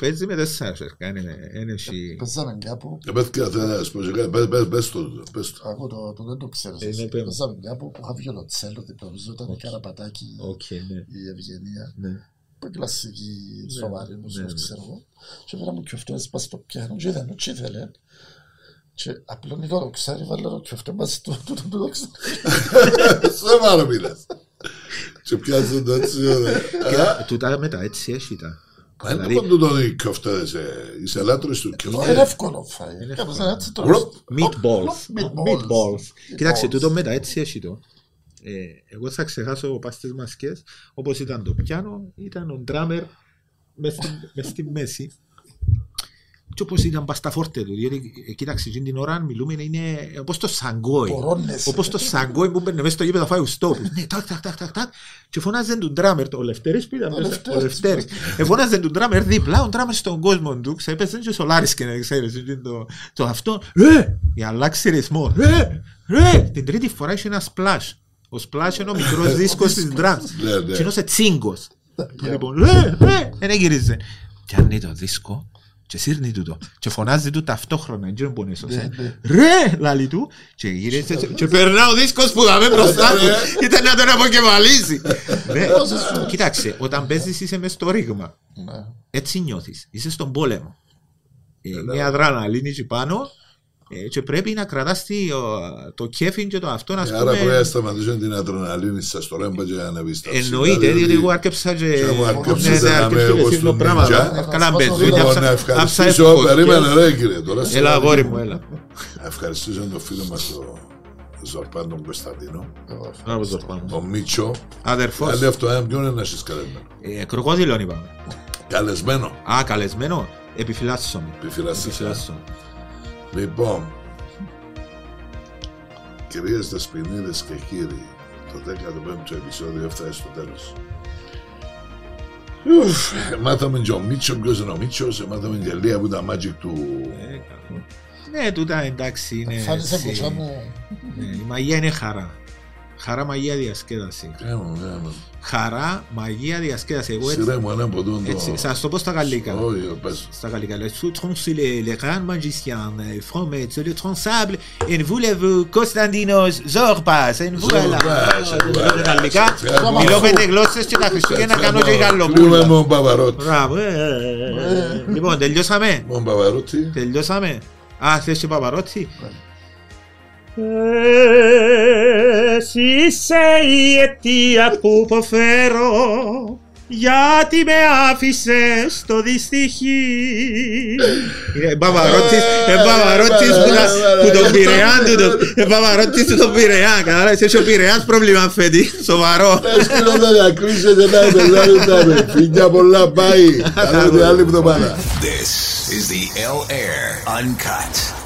Παίζει με τέσσερα σέρκα, είναι- είναι εσύ.
Παίζαμε κάπου,
Ε, πες και θα σου πω σε κάτι. Πες- πες- πες το, πες το.
ακούω το, το δεν το ξέρεις.
Ε, ναι,
εσύ.
πέμπω.
Παίζαμε κάπου που είχα βγει ο Λοτσέλο, την νομίζω ήταν η Καραπατάκη,
Οκ, ναι.
η Ευγενία.
Ναι.
Που είναι κλασική σοβαρή
ναι, ναι.
μουσική, ξέρω εγώ. Και πέρα μου και αυτό έσπα στο πιάνο και είδαμε τι ήθελε. Και απλώνει το ροξάρι, βάλε το και αυτό μας το το- το- το ροξάρι.
Ε, Σοβαρό μήνας. Και πιάσουν το έτσι ωραία. Α,
Ε, Τούτα με τα έτσι έχει τα.
Δεν το
Δηλαδή,
παντού τον οι κοφτάδες. ε. Είσαι λάτρης του
Ε, Είναι
κοφτάδες.
εύκολο φάει.
Είναι
Κάπως
εύκολο.
έτσι το
Ροπ.
Meatballs.
Meatballs.
Meatballs. Κοίταξε,
Meatballs.
τούτο με τα έτσι έχει το. Ε, εγώ θα ξεχάσω πας στις μασκές, όπως ήταν το πιάνο, ήταν ο ντράμερ μες στην- μες στη μέση. και όπως ήταν πασταφόρτε του, διότι ε, κοίταξε εκείνη την ώρα μιλούμε είναι όπως το σαγκόι.
Πορώνεσαι.
Όπως το σαγκόι που μπαίνει μέσα στο γήπεδο φάει ουστόπους. ναι, τάκ, τάκ, τάκ, τάκ, τάκ. Και φωνάζε τον ντράμερ, το- ο Λευτέρης που ήταν
Ο
μέσα,
Λευτέρης.
ο Λευτέρης. Ε, φωνάζε τον ντράμερ δίπλα, ο ντράμερ στον κόσμο του, ξέπεσε και ο Σολάρης και να ξέρεις, εκείνο το, το αυτό, ρε, για να αλλάξει ρυθμό,
Ε!
ρε, ρε. Την τρίτη φορά είχε ένα σπλάσ. Ο σπλάσ είναι ο μικρός δίσκος της ντραμς.
Ναι, ναι.
Και είναι σε τσίγκος. Που λοιπόν,
ε,
ρε, ρε, δεν γυρίζε. Πιάνει το δίσκο και σύρνει του το. Και φωνάζει του ταυτόχρονα, δεν ξέρω που
Ναι,
είναι σωσέ. Ρε, λαλεί του. Και γυρίζε και περνά ο δίσκος που δαμε μπροστά
Ναι,
του. Ήταν να τον αποκεφαλίσει. Ναι, Κοίταξε, όταν παίζεις είσαι μες στο ρήγμα.
Ναι.
Έτσι νιώθεις. Είσαι στον πόλεμο.
Ναι,
Ε, Μια δράνα λύνει και πάνω ε, και πρέπει να κρατάς τη- ο- το κέφιν και το αυτόν ας
Ε, Άρα πρέπει
πούμε.
να σταματήσουν την αδρεναλίνη σας το λέμπα και να ανεβείς τα ψηλά,
Ε, Εννοείται,
δηλαδή.
διότι εγώ άρκεψα και...
Και εγώ άρκεψα
Ναι,
να
ναι,
είμαι
άρκεψα
εγώ
και
στον
σύλλο πράγματα. Ε,
Νιτζά.
Εύκολα
Λοιπόν,
μπέζουν.
Λοιπόν, να ευχαριστήσω, περίμενε ρε κύριε, τώρα σε-
Έλα, αγόρι μου, έλα.
Να ευχαριστήσω τον φίλο μας τον Ζορπάν τον Κωνσταντίνο,
Μπράβο, Ζορπάνο.
τον Μίτσο.
Αδερφός.
Άλλη αυτό, αν ποιον είναι να σας καλέσουμε.
Ε, Κροκόδιλον είπαμε.
Καλεσμένο.
Α, καλεσμένο. Επιφυλάσσω με.
Επιφυλαστικά.
Επιφυλάσσω με.
Λοιπόν, κυρίες Δεσποινίδες και κύριοι, το 15ο επεισόδιο έφτασε στο τέλος. Ουφ, μάθαμε και ο Μίτσο, ποιος είναι ο Μίτσος, μάθαμε και λίγα από τα μάτζικ του...
Ε, καθόλου. Ναι, τούτα εντάξει είναι.
Φάνησε
έτσι.
κουτσά μου.
Ναι, Η μαγεία είναι χαρά. Χαρά, μαγεία, διασκέδαση.
Κρέμω, κρέμω.
Χαρά, μαγεία, διασκέδαση. Εγώ έτσι-
Σειρέ μου ένα ποτούν
έτσι.
το...
Σας το πω στα γαλλικά.
Όχι, πες.
στα γαλλικά. Les sous c'est les, les grands magiciens, les fromets, le transable, et vous le vous, Κωνσταντίνος Ζόρπας, et vous voilà.
Ζόρπας,
Τα γαλλικά,
Ζόρπας.
μιλώ πέντε γλώσσες και τα Χριστούγεννα κάνω και
Κλείνουμε
γαλλοπούλα.
με τον Παπαρότη.
Μπράβο, ε, ε, ε. Λοιπόν, τελειώσαμε,
Τον Παπαρότη.
τελειώσαμε. Α, θες και παπαρότσι.
Εσύ είσαι η αιτία που υποφέρω γιατί με άφησες στο δυστυχή.
Είναι Παπαρότσις, ε, Παπαρότσις
Ε,
που τα- που τον
ε,
Πειραιά του τον- ε, Παπαρότσις του τον Πειραιά, κατάλαβες, έχει ο Πειραιάς πρόβλημα φέτη, σοβαρό.
Έσκυλο να διακρίσετε να επεζάρετε. Φιλιά πολλά πάει. Καλό την άλλη εβδομάδα.
This is the L Air Uncut.